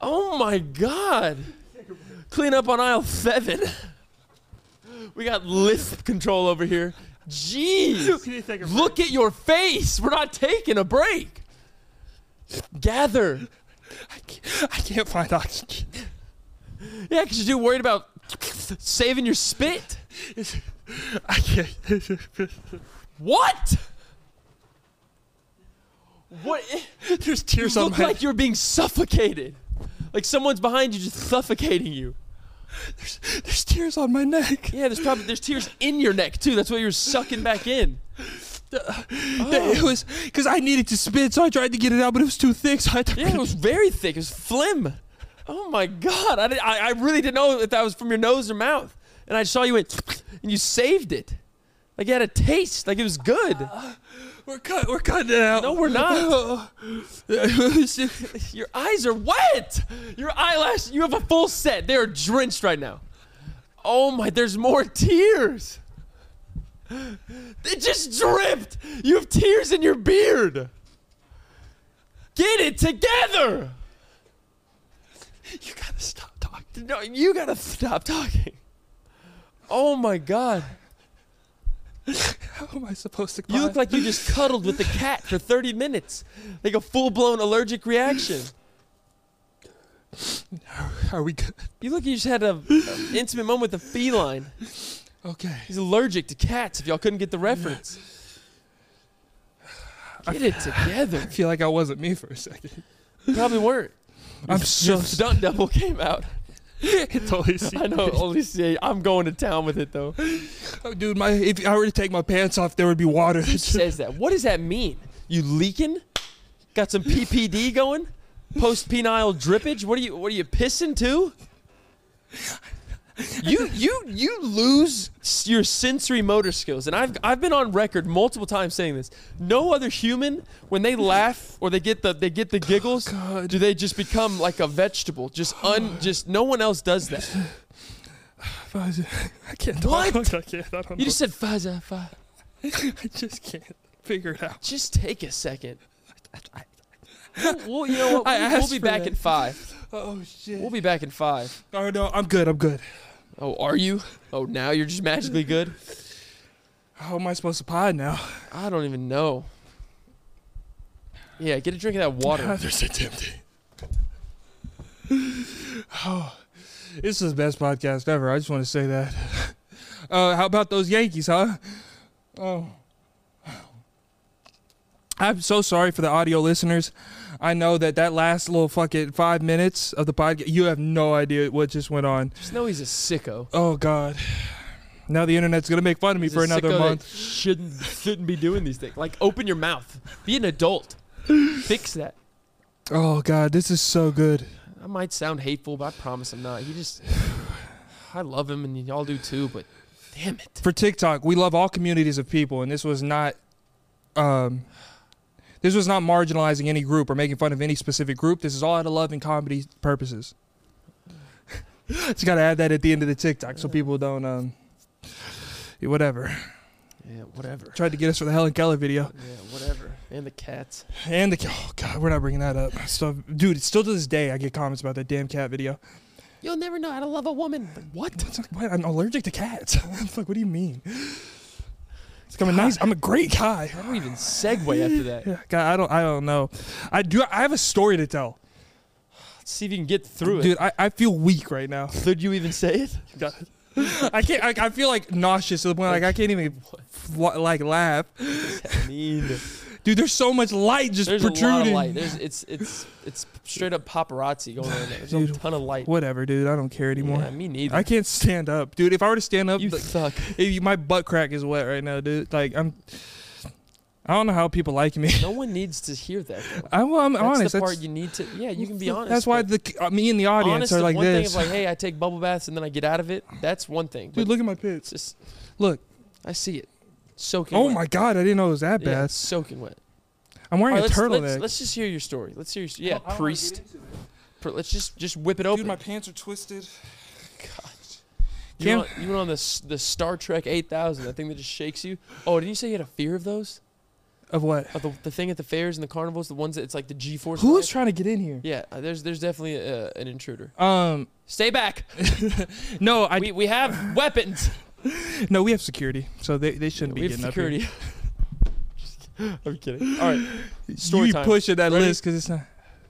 Speaker 3: Oh my god! Clean up on aisle seven. We got lisp control over here. Jeez. Look at your face. We're not taking a break. Gather.
Speaker 1: I can't find oxygen.
Speaker 3: Yeah, because you're too worried about saving your spit.
Speaker 1: I can't.
Speaker 3: What? What?
Speaker 1: There's tears
Speaker 3: You
Speaker 1: on
Speaker 3: look
Speaker 1: my.
Speaker 3: like you're being suffocated. Like someone's behind you just suffocating you.
Speaker 1: There's tears on my neck.
Speaker 3: Yeah, there's probably there's tears in your neck too. That's why you're sucking back in.
Speaker 1: It was because I needed to spit, so I tried to get it out, but it was too thick. So I had to
Speaker 3: Yeah, it was very thick. It was phlegm. Oh my god! I, did, I I really didn't know if that was from your nose or mouth. And I saw you went, and you saved it. Like you had a taste. Like it was good.
Speaker 1: We're cut. We're cutting it out.
Speaker 3: No, we're not.
Speaker 1: It was just-
Speaker 3: your eyes are wet. Your eyelash. You have a full set. They are drenched right now. Oh my! There's more tears. It just dripped. You have tears in your beard. Get it together.
Speaker 1: you gotta stop talking.
Speaker 3: No, you gotta stop talking. Oh my god.
Speaker 1: How am I supposed to?
Speaker 3: You look like you just cuddled with the cat for 30 minutes. Like a full blown allergic reaction.
Speaker 1: Are we good?
Speaker 3: You look like you just had a, an intimate moment with a feline.
Speaker 1: Okay.
Speaker 3: He's allergic to cats if y'all couldn't get the reference. Get it together.
Speaker 1: I feel like I wasn't me for a second.
Speaker 3: Probably weren't.
Speaker 1: I'm so
Speaker 3: Your stunt double came out.
Speaker 1: totally.
Speaker 3: I know, only see, I'm going to town with it though.
Speaker 1: Oh, dude, my if I were to take my pants off, there would be water.
Speaker 3: Who says that? What does that mean? You leaking? Got some PPD going? Post penile drippage? What are you what are you pissing to? You you you lose s- your sensory motor skills. And I've I've been on record multiple times saying this. No other human when they laugh or they get the they get the giggles,
Speaker 1: Oh, God.
Speaker 3: do they just become like a vegetable? Just un just no one else does that.
Speaker 1: Fuzzy. I can't
Speaker 3: What?
Speaker 1: talk. I can't. I don't
Speaker 3: You
Speaker 1: know.
Speaker 3: just said Faza. Fa.
Speaker 1: I just can't figure it out.
Speaker 3: Just take a second. Well, you know what?
Speaker 1: I
Speaker 3: We'll,
Speaker 1: asked
Speaker 3: be
Speaker 1: for
Speaker 3: back
Speaker 1: that.
Speaker 3: in five.
Speaker 1: Oh shit.
Speaker 3: We'll be back in five.
Speaker 1: oh no, I'm good. I'm good.
Speaker 3: Oh, are you? Oh, now you're just magically good?
Speaker 1: How am I supposed to pod now?
Speaker 3: I don't even know. Yeah, get a drink of that water.
Speaker 1: There's so tempting. oh, this is the best podcast ever. I just want to say that. Uh, how about those Yankees, huh? Oh. I'm so sorry for the audio listeners. I know that that last little fucking five minutes of the podcast, you have no idea what just went on.
Speaker 3: Just know he's a sicko.
Speaker 1: Oh God! Now the internet's gonna make fun of me
Speaker 3: He's a
Speaker 1: for another
Speaker 3: sicko that
Speaker 1: month.
Speaker 3: Shouldn't shouldn't be doing these things. Like, open your mouth. Be an adult. Fix that.
Speaker 1: Oh God, this is so good.
Speaker 3: I might sound hateful, but I promise I'm not. He just, I love him, and y'all do too. But damn it,
Speaker 1: For TikTok, we love all communities of people, and this was not, um, this was not marginalizing any group or making fun of any specific group. This is all out of love and comedy purposes. Just gotta add that at the end of the TikTok so people don't, um, yeah, whatever.
Speaker 3: yeah, whatever.
Speaker 1: Tried to get us for the Helen Keller video,
Speaker 3: Yeah, whatever. And the cats.
Speaker 1: and the oh God, we're not bringing that up. So, dude, still to this day, I get comments about that damn cat video.
Speaker 3: You'll never know how to love a woman. Like, what?
Speaker 1: It's like, what? I'm allergic to cats. It's like, what do you mean? It's like, I'm a nice, I'm a great guy.
Speaker 3: How do we even segue after that?
Speaker 1: Yeah, God, I don't, I don't know. I do, I have a story to tell,
Speaker 3: Let's see if you can get through
Speaker 1: dude. I, I feel weak right now.
Speaker 3: it. Could you even say it?
Speaker 1: I can't. I, I feel like nauseous to the point like I can't even fl- like laugh,
Speaker 3: I mean,
Speaker 1: dude. There's so much light just
Speaker 3: there's a lot of
Speaker 1: protruding.
Speaker 3: light. There's it's it's it's straight up paparazzi going on there. There's a
Speaker 1: Dude,
Speaker 3: ton of light.
Speaker 1: Whatever, dude. I don't care anymore.
Speaker 3: Yeah, me neither.
Speaker 1: I can't stand up, dude. If I were to stand up,
Speaker 3: you
Speaker 1: like,
Speaker 3: suck.
Speaker 1: if you- my butt crack is wet right now, dude. Like I'm. I don't know how people like me.
Speaker 3: No one needs to hear that. though.
Speaker 1: I'm, I'm
Speaker 3: That's
Speaker 1: honest.
Speaker 3: the
Speaker 1: that's-
Speaker 3: part you need to. Yeah, you can be honest.
Speaker 1: That's why
Speaker 3: but-
Speaker 1: the uh, me and the audience
Speaker 3: honest
Speaker 1: are
Speaker 3: is
Speaker 1: like
Speaker 3: one
Speaker 1: this.
Speaker 3: thing of like, hey, I take bubble baths and then I get out of it. That's one thing.
Speaker 1: Dude,
Speaker 3: But
Speaker 1: look at my
Speaker 3: it's
Speaker 1: pits.
Speaker 3: just
Speaker 1: Look.
Speaker 3: I see it soaking.
Speaker 1: Oh
Speaker 3: wet.
Speaker 1: my god, I didn't know it was that
Speaker 3: Yeah,
Speaker 1: bad.
Speaker 3: it's soaking wet.
Speaker 1: I'm wearing
Speaker 3: All
Speaker 1: a
Speaker 3: right, let's, let's,
Speaker 1: turtleneck.
Speaker 3: let's just hear your story. Let's hear your story. Yeah, priest. Pr- let's just just whip it open.
Speaker 1: Dude, my pants are twisted.
Speaker 3: God. You
Speaker 1: Cam-
Speaker 3: went, on, you went on the s- the Star Trek 8000, that thing that just shakes you. Oh, didn't you say you had a fear of those?
Speaker 1: Of what?
Speaker 3: Of the, the thing at the fairs and the carnivals, the ones that it's like the G force.
Speaker 1: Who is trying to get in here?
Speaker 3: Yeah, uh, there's there's definitely uh an intruder.
Speaker 1: Um,
Speaker 3: Stay back.
Speaker 1: no, I
Speaker 3: we, we have weapons.
Speaker 1: no, we have security, so they, they shouldn't
Speaker 3: we
Speaker 1: be
Speaker 3: have
Speaker 1: getting
Speaker 3: security.
Speaker 1: up
Speaker 3: Just- I'm kidding. All right,
Speaker 1: here.
Speaker 3: Story
Speaker 1: you
Speaker 3: time.
Speaker 1: pushing that
Speaker 3: Ready?
Speaker 1: list because it's not.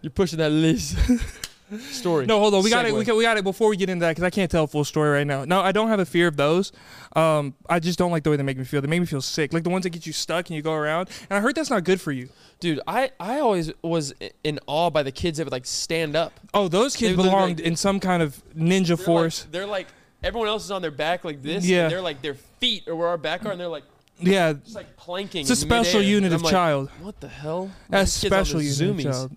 Speaker 3: you're pushing that list. Story.
Speaker 1: No, hold on. We got it.
Speaker 3: Segue.
Speaker 1: We got, we got it before we get into that because I can't tell a full story right now. No, I don't have a fear of those. Um, I just don't like the way they make me feel. They make me feel sick, like the ones that get you stuck and you go around. And I heard that's not good for you.
Speaker 3: Dude, I, I always was i- in awe by the kids that would like stand up.
Speaker 1: Oh, those
Speaker 3: They
Speaker 1: kids
Speaker 3: look like-
Speaker 1: belonged in some kind of ninja
Speaker 3: They're
Speaker 1: force.
Speaker 3: Like, they're like everyone else is on their back like this.
Speaker 1: Yeah.
Speaker 3: And they're like their feet are where our back are, and they're like
Speaker 1: yeah,
Speaker 3: just like planking.
Speaker 1: it's a
Speaker 3: in
Speaker 1: special
Speaker 3: midair.
Speaker 1: unit
Speaker 3: And
Speaker 1: of
Speaker 3: I'm like,
Speaker 1: child.
Speaker 3: What the hell?
Speaker 1: That's
Speaker 3: These kids on
Speaker 1: special
Speaker 3: the
Speaker 1: unit
Speaker 3: zoomies.
Speaker 1: of child.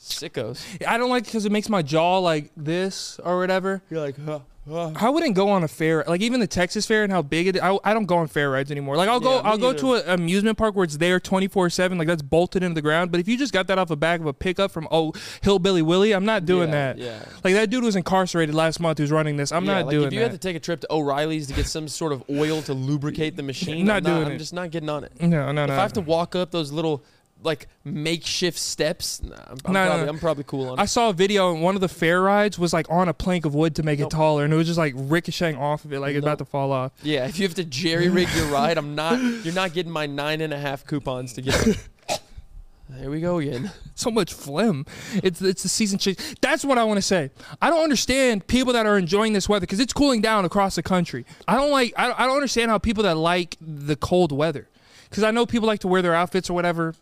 Speaker 3: Sickos.
Speaker 1: I don't like because it makes my jaw like this or whatever.
Speaker 3: You're like, huh, huh.
Speaker 1: I wouldn't go on a fair like even the Texas fair and how big it. I, I don't go on fair rides anymore. Like I'll go
Speaker 3: Yeah, me
Speaker 1: I'll go
Speaker 3: neither.
Speaker 1: to an amusement park where it's there twenty four seven. Like that's bolted into the ground. But if you just got that off the back of a pickup from oh hillbilly Willie, I'm not doing
Speaker 3: Yeah,
Speaker 1: that.
Speaker 3: Yeah.
Speaker 1: Like that dude was incarcerated last month who's running this. I'm
Speaker 3: Yeah,
Speaker 1: not
Speaker 3: like
Speaker 1: doing
Speaker 3: If you
Speaker 1: that.
Speaker 3: had to take a trip to O'Reilly's to get some sort of oil to lubricate the machine,
Speaker 1: Not
Speaker 3: I'm
Speaker 1: doing
Speaker 3: I'm
Speaker 1: it.
Speaker 3: just not getting on it.
Speaker 1: no no
Speaker 3: if
Speaker 1: no.
Speaker 3: I have to walk up those little like makeshift steps, nah, I'm, I'm
Speaker 1: No, no,
Speaker 3: probably,
Speaker 1: no.
Speaker 3: I'm probably cool on
Speaker 1: I
Speaker 3: it.
Speaker 1: saw a video and one of the fair rides was like on a plank of wood to make
Speaker 3: Nope.
Speaker 1: it taller, and it was just like ricocheting off of it, like it's
Speaker 3: Nope.
Speaker 1: about to fall off.
Speaker 3: Yeah, if you have to jerry rig your ride, I'm not. You're not getting my nine and a half coupons to get. on. There we go again.
Speaker 1: so much phlegm. It's it's the season change. That's what I want to say. I don't understand people that are enjoying this weather because it's cooling down across the country. I don't like. I don't, I don't understand how people that like the cold weather, because I know people like to wear their outfits or whatever.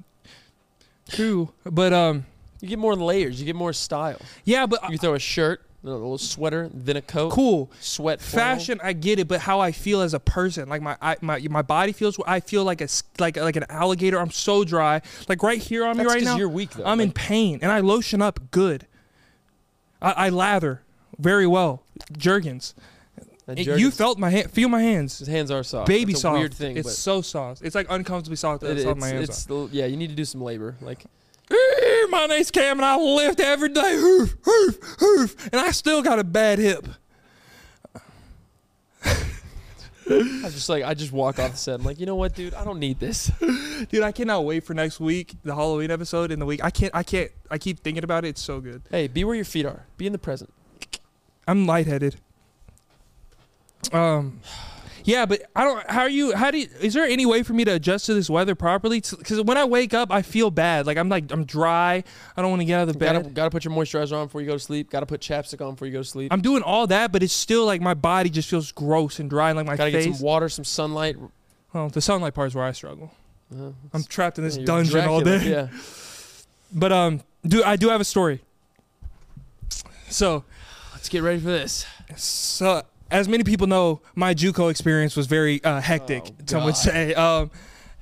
Speaker 1: True, but um,
Speaker 3: You get more layers. You get more style.
Speaker 1: yeah, but uh,
Speaker 3: You throw a shirt, a little sweater, then a coat.
Speaker 1: cool.
Speaker 3: Sweat. flannel.
Speaker 1: Fashion, I get it, but how I feel as a person, like my I, my my body feels. I feel like a s- like like an alligator. I'm so dry. Like right here on
Speaker 3: That's
Speaker 1: me right
Speaker 3: 'cause
Speaker 1: now.
Speaker 3: you're weak though.
Speaker 1: I'm in
Speaker 3: Like,
Speaker 1: pain, and I lotion up good. I, I lather very well. Jergens.
Speaker 3: that
Speaker 1: It-
Speaker 3: jerk
Speaker 1: you
Speaker 3: is-
Speaker 1: felt my hand. Feel my hands.
Speaker 3: his hands are soft.
Speaker 1: Baby
Speaker 3: it's a
Speaker 1: soft.
Speaker 3: Weird thing.
Speaker 1: it's
Speaker 3: but
Speaker 1: so soft. It's like uncomfortably soft.
Speaker 3: it-
Speaker 1: That's how my hands
Speaker 3: it's, it's yeah. You need to do some labor. Like
Speaker 1: are. My name's Cam, and I lift every day. Hoof, hoof, hoof, and I still got a bad hip.
Speaker 3: I was just like, I just walk off the set. I'm like, you know what, dude? I don't need this.
Speaker 1: Dude, I cannot wait for next week, the Halloween episode in the week. I can't I can't I keep thinking about it. It's so good.
Speaker 3: Hey, be where your feet are. Be in the present.
Speaker 1: I'm lightheaded. Um yeah, but I don't. How are you? How do? You, is there any way for me to adjust to this weather properly? Because when I wake up, I feel bad. Like I'm like I'm dry. I don't want to get out of the bed.
Speaker 3: Gotta, gotta put your moisturizer on before you go to sleep. Gotta put chapstick on before you go to sleep.
Speaker 1: I'm doing all that, but it's still like my body just feels gross and dry, and like my
Speaker 3: gotta
Speaker 1: face.
Speaker 3: get some water, some sunlight.
Speaker 1: well, the sunlight part is where I struggle.
Speaker 3: Uh,
Speaker 1: I'm trapped in this
Speaker 3: you're
Speaker 1: dungeon all
Speaker 3: Dracula.
Speaker 1: day.
Speaker 3: Yeah.
Speaker 1: But um, do I do have a story? So,
Speaker 3: Let's get ready for this.
Speaker 1: so as many people know, my JUCO experience was very uh, hectic.
Speaker 3: Oh,
Speaker 1: some would
Speaker 3: God.
Speaker 1: say. Um,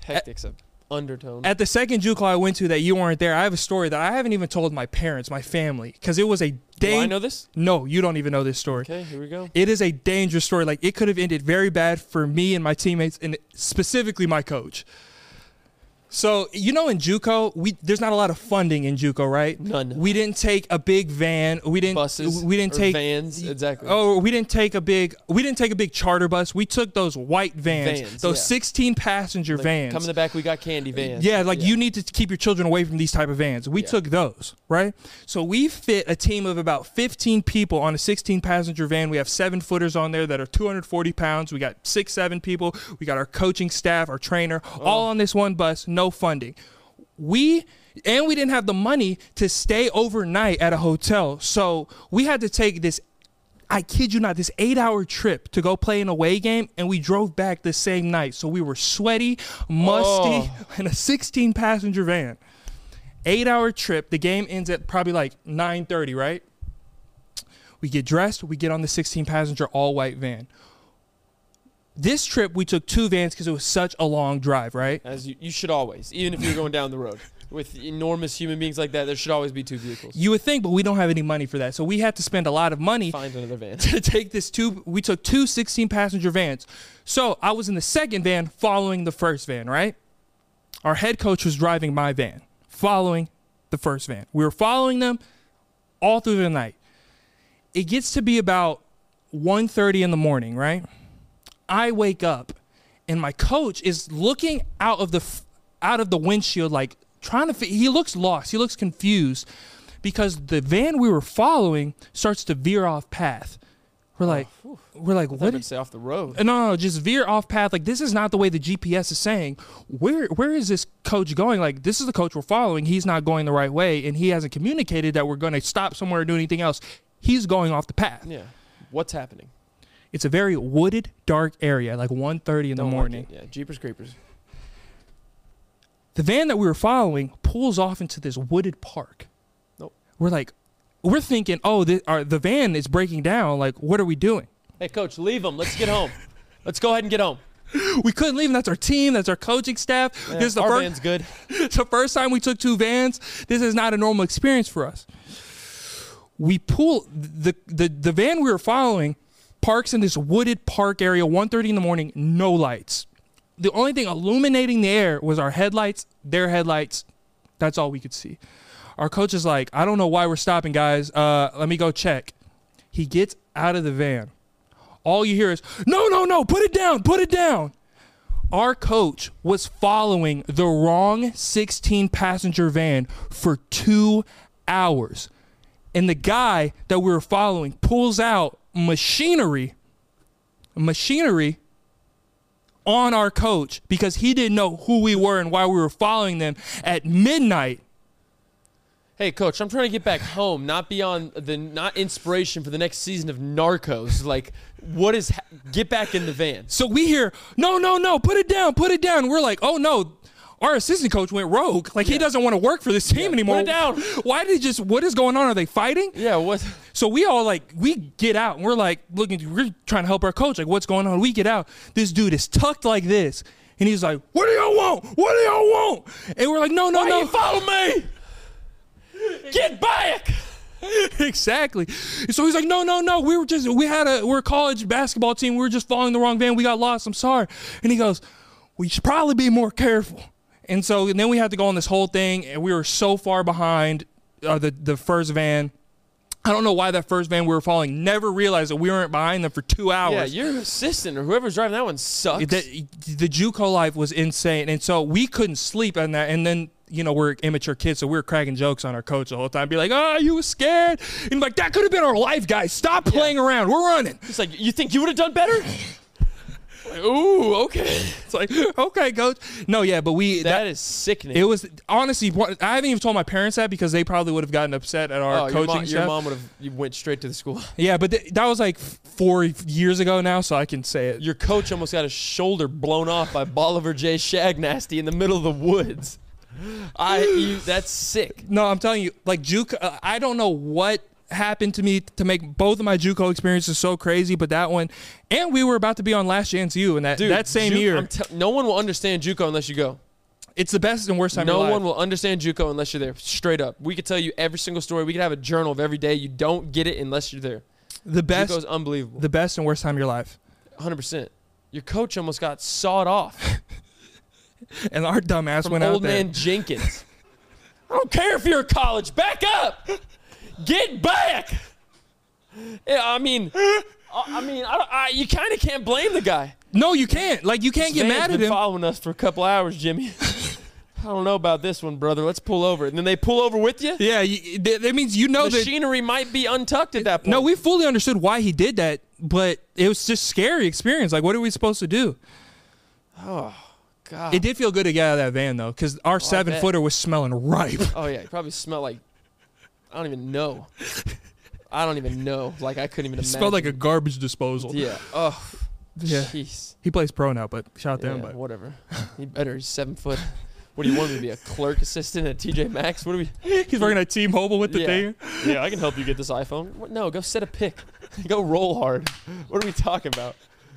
Speaker 3: Hectic's a undertone.
Speaker 1: at the second JUCO I went to that you weren't there, I have a story that I haven't even told my parents, my family, because it was a
Speaker 3: Do I
Speaker 1: dang.
Speaker 3: know this?
Speaker 1: no, you don't even know this story.
Speaker 3: Okay, here we go.
Speaker 1: It is a dangerous story. Like it could have ended very bad for me and my teammates, and specifically my coach. So you know, in JUCO, we there's not a lot of funding in JUCO, right?
Speaker 3: None.
Speaker 1: We didn't take a big van. We didn't
Speaker 3: Buses.
Speaker 1: We didn't
Speaker 3: or
Speaker 1: take
Speaker 3: vans. Exactly.
Speaker 1: Oh, we didn't take a big. We didn't take a big charter bus. We took those white vans,
Speaker 3: Vans,
Speaker 1: those
Speaker 3: yeah.
Speaker 1: 16 passenger
Speaker 3: Like,
Speaker 1: vans.
Speaker 3: Come in the back. We got candy vans.
Speaker 1: Yeah, like you need to keep your children away from these type of vans. We
Speaker 3: Yeah.
Speaker 1: took those, right? So we fit a team of about 15 people on a 16 passenger van. We have seven footers on there that are 240 pounds. We got six, seven people. We got our coaching staff, our trainer,
Speaker 3: Oh.
Speaker 1: all on this one bus, no funding. We and we didn't have the money to stay overnight at a hotel. So we had to take this I kid you not, this eight hour trip to go play an away game, and we drove back the same night. So we were sweaty, musty, in a 16 passenger van. Eight hour trip. The game ends at probably like 9:30, right? We get dressed, we get on the 16 passenger all white van. This trip we took two vans because it was such a long drive, right?
Speaker 3: As you, you should always, even if you're going down the road with enormous human beings like that, there should always be two vehicles.
Speaker 1: You would think, but we don't have any money for that. So we had to spend a lot of money
Speaker 3: Find another van.
Speaker 1: to take this two we took two 16 passenger vans so i was in the second van following the first van right our head coach was driving my van following the first van we were following them all through the night it gets to be about 1.30 in the morning right i wake up and my coach is looking out of the f- out of the windshield like trying to fi- he looks lost he looks confused because the van we were following starts to veer off path we're like we're like
Speaker 3: Let
Speaker 1: what
Speaker 3: me
Speaker 1: is
Speaker 3: say off the road.
Speaker 1: no, no, no, just veer off path. Like this is not the way the GPS is saying. Where where is this coach going? Like this is the coach we're following. He's not going the right way, and he hasn't communicated that we're going to stop somewhere or do anything else. He's going off the path.
Speaker 3: Yeah. What's happening?
Speaker 1: It's a very wooded, dark area, like 1.30 in the
Speaker 3: Don't like
Speaker 1: morning.
Speaker 3: it. Yeah. Jeepers creepers.
Speaker 1: The van that we were following pulls off into this wooded park.
Speaker 3: Nope.
Speaker 1: We're like, we're thinking, oh, the, our, the van is breaking down. Like, what are we doing?
Speaker 3: Hey, coach, leave them. Let's get home. Let's go ahead and get home.
Speaker 1: We couldn't leave. And that's our team. That's our coaching staff.
Speaker 3: Yeah,
Speaker 1: this is the
Speaker 3: Uh, our
Speaker 1: first.
Speaker 3: van's good.
Speaker 1: it's the first time we took two vans. This is not a normal experience for us. We pull the the, the van we were following parks in this wooded park area, 1.30 in the morning, no lights. The only thing illuminating the air was our headlights, their headlights. That's all we could see. Our coach is like, I don't know why we're stopping, guys. Uh, let me go check. He gets out of the van. All you hear is, no, no, no, put it down, put it down our coach was following the wrong 16 passenger van for two hours. And the guy that we were following pulls out machinery, machinery on our coach because he didn't know who we were and why we were following them at midnight.
Speaker 3: Hey, coach, I'm trying to get back home, not be on the not inspiration for the next season of Narcos. Like, what is? Ha- get back in the van.
Speaker 1: So we hear, no, no, no, put it down, put it down. We're like, oh no, our assistant coach went rogue. Like he doesn't want to work for this team anymore.
Speaker 3: it down.
Speaker 1: Why did just what is going on? Are they fighting?
Speaker 3: Yeah. What?
Speaker 1: So we all like we get out and we're like looking, we're trying to help our coach. Like, what's going on? We get out. This dude is tucked like this, and he's like, "What do y'all want? What do y'all want?" And we're like, "No, no, no,
Speaker 3: you follow me. Get back.
Speaker 1: exactly." And so he's like, "No, no, no. We were just we had a we're a college basketball team. We were just following the wrong van. We got lost. I'm sorry." And he goes, "We should probably be more careful." And so and then we had to go on this whole thing, and we were so far behind uh, the the first van. I don't know why that first van we were following never realized that we weren't behind them for two
Speaker 3: Yeah,
Speaker 1: hours.
Speaker 3: your assistant or whoever's driving that one sucks.
Speaker 1: the, the JUCO life was insane, and so we couldn't sleep on that. And then you know we're immature kids, so we were cracking jokes on our coach the whole time, be like, "Oh, you were scared," and like that could have been our life, guys. Stop playing around. We're running.
Speaker 3: it's like you think you would have done better. Like, ooh, okay.
Speaker 1: It's like, okay, coach. No, yeah, but we
Speaker 3: that is sickening.
Speaker 1: It was honestly. one- I haven't even told my parents that because they probably would have gotten upset at our
Speaker 3: oh, your
Speaker 1: coaching
Speaker 3: mom, your
Speaker 1: staff.
Speaker 3: mom would have you went straight to the school.
Speaker 1: Yeah, but th- that was like four years ago now, so I can say it.
Speaker 3: Your coach almost got his shoulder blown off by Bolivar J. Shagnasty in the middle of the woods. I you, that's sick.
Speaker 1: No, I'm telling you, like JUCO. Uh, I don't know what happened to me to make both of my JUCO experiences so crazy, but that one, and we were about to be on Last Chance U, and that
Speaker 3: Dude,
Speaker 1: that same
Speaker 3: Ju-
Speaker 1: year,
Speaker 3: I'm tell- no one will understand JUCO unless you go.
Speaker 1: it's the best and worst time. of
Speaker 3: no
Speaker 1: your life.
Speaker 3: one will understand JUCO unless you're there. Straight up, we could tell you every single story. We could have a journal of every day. You don't get it unless you're there.
Speaker 1: The best,
Speaker 3: JUCO's unbelievable.
Speaker 1: the best and worst time of your life.
Speaker 3: 100. percent Your coach almost got sawed off
Speaker 1: And our dumbass
Speaker 3: from
Speaker 1: went out
Speaker 3: old
Speaker 1: there.
Speaker 3: man Jenkins. I don't care if you're a college. Back up. Get back. Yeah, I mean, I, I mean, I, don't- I, you kind of can't blame the guy.
Speaker 1: No, you can't. Like you can't get
Speaker 3: Van's
Speaker 1: mad at
Speaker 3: been
Speaker 1: him.
Speaker 3: Following us for a couple hours, Jimmy. I don't know about this one, brother. Let's pull over. And then they pull over with you.
Speaker 1: Yeah, you, that, that means you know that
Speaker 3: Machinery might be untucked at that point.
Speaker 1: No, we fully understood why he did that, but it was just scary experience. Like, what are we supposed to do?
Speaker 3: God.
Speaker 1: It did feel good to get out of that van though, because our seven
Speaker 3: Oh, bet.
Speaker 1: footer was smelling ripe.
Speaker 3: Oh yeah, it probably smelled like I don't even know. I don't even know. Like I couldn't even
Speaker 1: It
Speaker 3: imagine.
Speaker 1: smelled like a garbage disposal.
Speaker 3: yeah. Oh,
Speaker 1: Yeah.
Speaker 3: jeez.
Speaker 1: He plays pro now, but shout out
Speaker 3: Yeah,
Speaker 1: to him. But
Speaker 3: whatever. He better. He's seven foot. What do you want me to be? A clerk assistant at TJ Maxx? What do we?
Speaker 1: he's working at T-Mobile with the
Speaker 3: Yeah.
Speaker 1: thing.
Speaker 3: Yeah, I can help you get this iPhone. What? No, go set a pick. go roll hard. What are we talking about?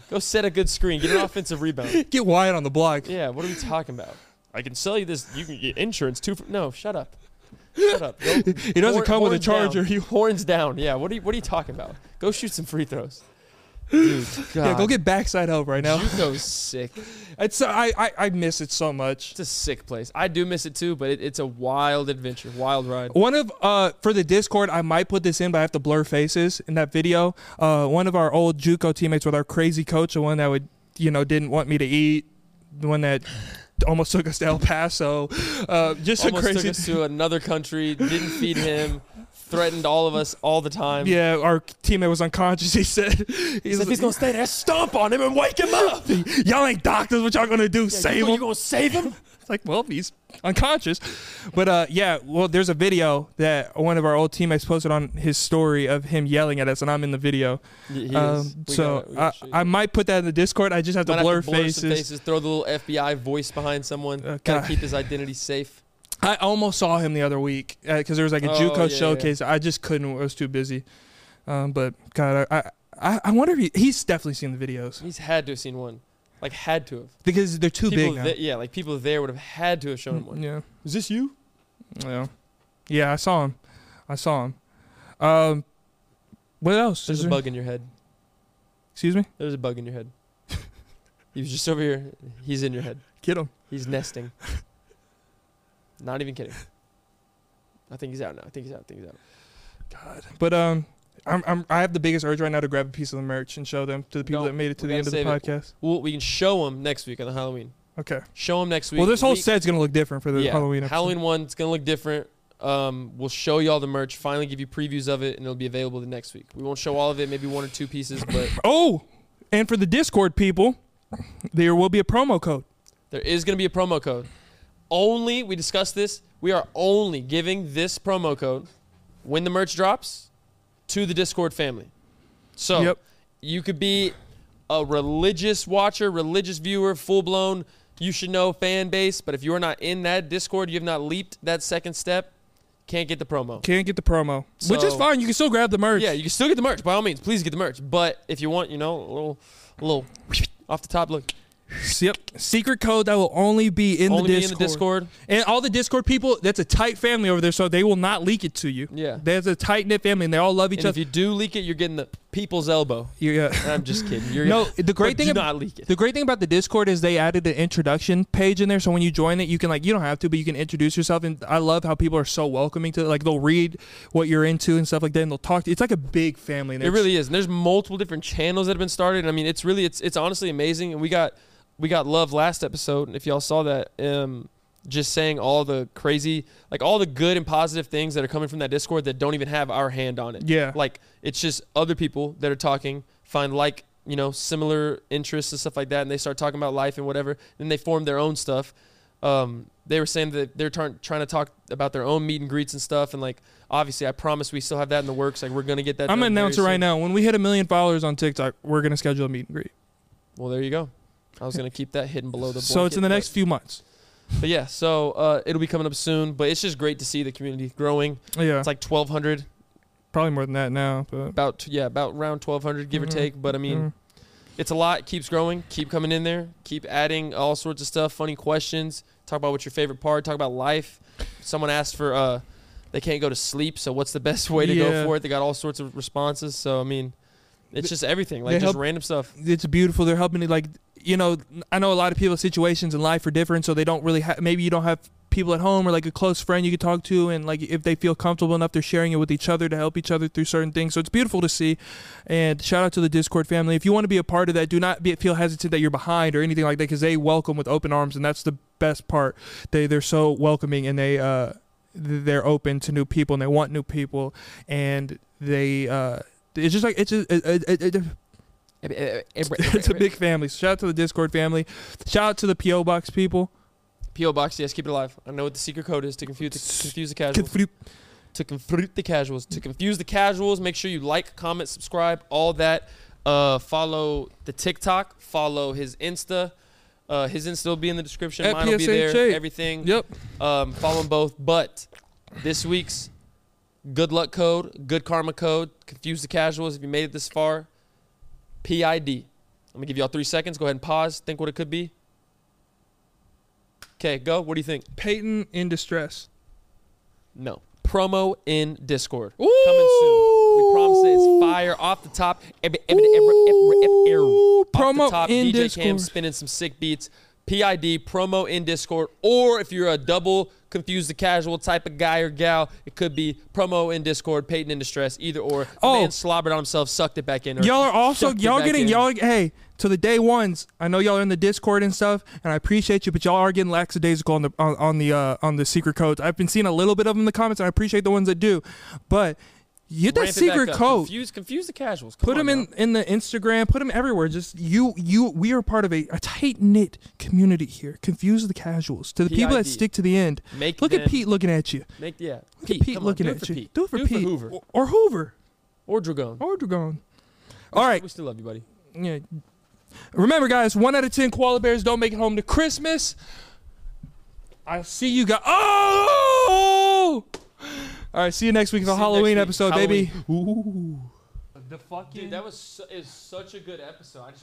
Speaker 3: Go set a good screen. Get an offensive rebound.
Speaker 1: Get Wyatt on the block.
Speaker 3: Yeah. What are we talking about? I can sell you this. You can get insurance too. For, no, shut up. Shut up. Go-
Speaker 1: He doesn't
Speaker 3: Horn-
Speaker 1: come with a
Speaker 3: horns down.
Speaker 1: charger. He-
Speaker 3: horns down. Yeah. What are you What are you talking about? Go shoot some free throws. Dude,
Speaker 1: Yeah, go
Speaker 3: God.
Speaker 1: get backside help right now.
Speaker 3: JUCO's sick.
Speaker 1: It's uh, I, I I miss it so much.
Speaker 3: It's a sick place. I do miss it too, but it, it's a wild adventure, wild ride.
Speaker 1: One of uh for the Discord, I might put this in, but I have to blur faces in that video. Uh, one of our old JUCO teammates with our crazy coach, the one that would you know didn't want me to eat, the one that almost took us to El Paso. Uh, just
Speaker 3: Almost
Speaker 1: a crazy.
Speaker 3: took us to another country. Didn't feed him. Threatened all of us all the time.
Speaker 1: yeah, our teammate was unconscious. He said,
Speaker 3: He's,
Speaker 1: he's
Speaker 3: if he's gonna stay there, stomp on him and wake him up. Yeah,
Speaker 1: "Y'all ain't doctors. What y'all gonna do?
Speaker 3: you,
Speaker 1: Save
Speaker 3: gonna-
Speaker 1: him?"
Speaker 3: you gonna save him?
Speaker 1: It's like, well, he's unconscious. But uh, yeah, well, there's a video that one of our old teammates posted on his story of him yelling at us, and I'm in the video.
Speaker 3: He- he is.
Speaker 1: Um,
Speaker 3: We
Speaker 1: so
Speaker 3: gotta- we
Speaker 1: I,
Speaker 3: gotta show you.
Speaker 1: I might put that in the Discord. I just have to
Speaker 3: Might have
Speaker 1: blur,
Speaker 3: to blur
Speaker 1: faces.
Speaker 3: some faces. Throw the little FBI voice behind someone.
Speaker 1: Uh,
Speaker 3: Gotta
Speaker 1: God.
Speaker 3: keep his identity safe.
Speaker 1: I almost saw him the other week because there was like a
Speaker 3: Oh, yeah,
Speaker 1: JUCO
Speaker 3: yeah.
Speaker 1: showcase. I just couldn't. I was too busy. Um, but God, I, I I wonder if he, he's definitely seen the videos
Speaker 3: He's had to have seen one. Like had to have.
Speaker 1: because they're too
Speaker 3: people
Speaker 1: big. now.
Speaker 3: the- yeah, like people there would have had to have shown him one.
Speaker 1: yeah.
Speaker 3: Is this you?
Speaker 1: Yeah. Yeah, I saw him. I saw him. Um, what else?
Speaker 3: There's
Speaker 1: Is
Speaker 3: a
Speaker 1: there-
Speaker 3: bug in your head.
Speaker 1: Excuse me?
Speaker 3: There's a bug in your head. he was just over here. He's in your head.
Speaker 1: Get him.
Speaker 3: He's nesting. Not even kidding. I think he's out now. I think he's out. I think he's out.
Speaker 1: God. But um I'm, I'm I have the biggest urge right now to grab a piece of the merch and show them to the people
Speaker 3: Don't.
Speaker 1: that made it to the
Speaker 3: We
Speaker 1: end of
Speaker 3: gotta
Speaker 1: the
Speaker 3: save
Speaker 1: podcast.
Speaker 3: Well, we can show him next week on the Halloween.
Speaker 1: Okay.
Speaker 3: Show him next week.
Speaker 1: well, this whole
Speaker 3: Week-
Speaker 1: set's going to look different for the
Speaker 3: yeah,
Speaker 1: Halloween episode.
Speaker 3: Halloween one. It's gonna look different. Um, we'll show you all the merch. Finally, give you previews of it, and it'll be available the next week. We won't show all of it. Maybe one or two pieces, but
Speaker 1: Oh, and for the Discord people, there will be a promo code.
Speaker 3: There is going to be a promo code. Only, we discussed this, we are only giving this promo code when the merch drops to the Discord family. So
Speaker 1: Yep.
Speaker 3: you could be a religious watcher, religious viewer, full blown, you should know fan base, but if you are not in that Discord, you have not leaped that second step, can't get the promo.
Speaker 1: Can't get the promo, which is
Speaker 3: So-
Speaker 1: fine. You can still grab the merch.
Speaker 3: Yeah, you can still get the merch. By all means, please get the merch. But if you want, you know, a little, a little off the top, look,
Speaker 1: Yep. Secret code that will only be in
Speaker 3: only
Speaker 1: the
Speaker 3: be in
Speaker 1: Discord.
Speaker 3: the Discord.
Speaker 1: And all the Discord people, that's a tight family over there, so they will not leak it to you.
Speaker 3: Yeah.
Speaker 1: There's a tight knit family, and they all love each
Speaker 3: And if
Speaker 1: other.
Speaker 3: you do leak it, you're getting the people's elbow.
Speaker 1: Yeah.
Speaker 3: I'm just kidding. You're
Speaker 1: No, the great
Speaker 3: but
Speaker 1: thing
Speaker 3: do
Speaker 1: ab-
Speaker 3: not leak it.
Speaker 1: The great thing about the Discord is they added an introduction page in there, so when you join it, you can like you don't have to, but you can introduce yourself. And I love how people are so welcoming to it. Like they'll read what you're into and stuff like that, and they'll talk. to you. It's like a big family. and
Speaker 3: It
Speaker 1: it's-
Speaker 3: really is. And there's multiple different channels that have been started. And I mean, it's really it's it's honestly amazing. And we got we got love last episode. And if y'all saw that, um, just saying all the crazy, like all the good and positive things that are coming from that Discord that don't even have our hand on it.
Speaker 1: Yeah.
Speaker 3: Like it's just other people that are talking, find like you know similar interests and stuff like that, and they start talking about life and whatever. And they form their own stuff. Um, they were saying that they're tar- trying to talk about their own meet and greets and stuff, and like obviously, I promise we still have that in the works. Like we're gonna get that.
Speaker 1: I'm
Speaker 3: done
Speaker 1: gonna
Speaker 3: very
Speaker 1: announce it right
Speaker 3: soon.
Speaker 1: now. When we hit a million followers on TikTok, we're gonna schedule a meet and greet.
Speaker 3: Well, there you go. I was gonna keep that hidden below the.
Speaker 1: So it's in the
Speaker 3: blanket, but-
Speaker 1: next few months.
Speaker 3: But yeah, so uh, it'll be coming up soon. But it's just great to see the community growing.
Speaker 1: Yeah,
Speaker 3: It's like 1,200,
Speaker 1: probably more than that now. But
Speaker 3: about yeah, about around 1,200, give
Speaker 1: Mhm.
Speaker 3: or take. But I mean,
Speaker 1: Mm.
Speaker 3: it's a lot. Keeps growing. Keep coming in there. Keep adding all sorts of stuff. Funny questions. Talk about what's your favorite part. Talk about life. Someone asked for uh, they can't go to sleep. So what's the best way to
Speaker 1: Yeah.
Speaker 3: go for it? They got all sorts of responses. So I mean, it's just everything. Like
Speaker 1: they
Speaker 3: just
Speaker 1: help-
Speaker 3: random stuff.
Speaker 1: it's beautiful. They're helping to like you know. I know a lot of people's situations in life are different, so they don't really have. Maybe you don't have people at home or like a close friend you could talk to, and like if they feel comfortable enough, they're sharing it with each other to help each other through certain things. So it's beautiful to see. And shout out to the Discord family. If you want to be a part of that, do not be, feel hesitant that you're behind or anything like that, because they welcome with open arms, and that's the best part. They they're so welcoming and they uh th- they're open to new people and they want new people and they uh it's just like it's just, it, it, it, it, it's a big family. Shout out to the Discord family. Shout out to the PO Box people.
Speaker 3: PO box. Yes, keep it alive. I know what the secret code is to confuse the, confuse the casuals. to confuse the casuals. To confuse the casuals, make sure you like, comment, subscribe, all that. Uh, follow the TikTok. Follow his Insta. Uh, his Insta will be in the description.
Speaker 1: At
Speaker 3: Mine will be there.
Speaker 1: PSHA.
Speaker 3: Everything.
Speaker 1: Yep.
Speaker 3: Um, follow them both. But this week's good luck code, good karma code, confuse the casuals. If you made it this far, PID. I'm gonna give y'all three seconds. Go ahead and pause. Think what it could be. Okay, go. What do you think?
Speaker 1: Peyton in distress.
Speaker 3: No. Promo in Discord. Coming soon. We promise it is fire off the top. Ebba, ebba, ebba, ebba, ebba, ebba.
Speaker 1: Ooh,
Speaker 3: Off
Speaker 1: promo
Speaker 3: the top,
Speaker 1: in
Speaker 3: DJ Cam
Speaker 1: Discord.
Speaker 3: spinning some sick beats. PID promo in Discord, or if you're a double confused the casual type of guy or gal, it could be promo in Discord, Peyton in distress, either or. The
Speaker 1: Oh.
Speaker 3: man slobbered on himself, sucked it back in. or
Speaker 1: Y'all are also
Speaker 3: shoved it
Speaker 1: y'all
Speaker 3: back
Speaker 1: getting
Speaker 3: in.
Speaker 1: y'all hey to the day ones. I know y'all are in the Discord and stuff, and I appreciate you, but y'all are getting lackadaisical on the on, on the uh, on the secret codes. I've been seeing a little bit of them in the comments, and I appreciate the ones that do, but get that
Speaker 3: Ramp it back
Speaker 1: secret
Speaker 3: up.
Speaker 1: code.
Speaker 3: Confuse, confuse the casuals. Come
Speaker 1: Put
Speaker 3: on
Speaker 1: them in,
Speaker 3: now.
Speaker 1: in the Instagram. Put them everywhere. Just you, you. We are part of a, a tight knit community here. Confuse the casuals to the people that
Speaker 3: PID.
Speaker 1: stick to the end.
Speaker 3: Make
Speaker 1: Look
Speaker 3: them-
Speaker 1: at Pete looking at you.
Speaker 3: Make yeah.
Speaker 1: Look
Speaker 3: Pete,
Speaker 1: at Pete
Speaker 3: come on,
Speaker 1: looking
Speaker 3: do
Speaker 1: at
Speaker 3: it for
Speaker 1: you.
Speaker 3: Pete.
Speaker 1: Do it for Pete
Speaker 3: Hoover
Speaker 1: Or, or Hoover
Speaker 3: or Dragon.
Speaker 1: or Dragon. All right.
Speaker 3: We still love you, buddy.
Speaker 1: Yeah. Remember, guys. One out of ten koala bears don't make it home to Christmas. I see you guys. Oh. All right. See you next week for
Speaker 3: See
Speaker 1: the
Speaker 3: you next
Speaker 1: Halloween
Speaker 3: week.
Speaker 1: episode, baby.
Speaker 3: Dude, that was, su- it was such a good episode. I just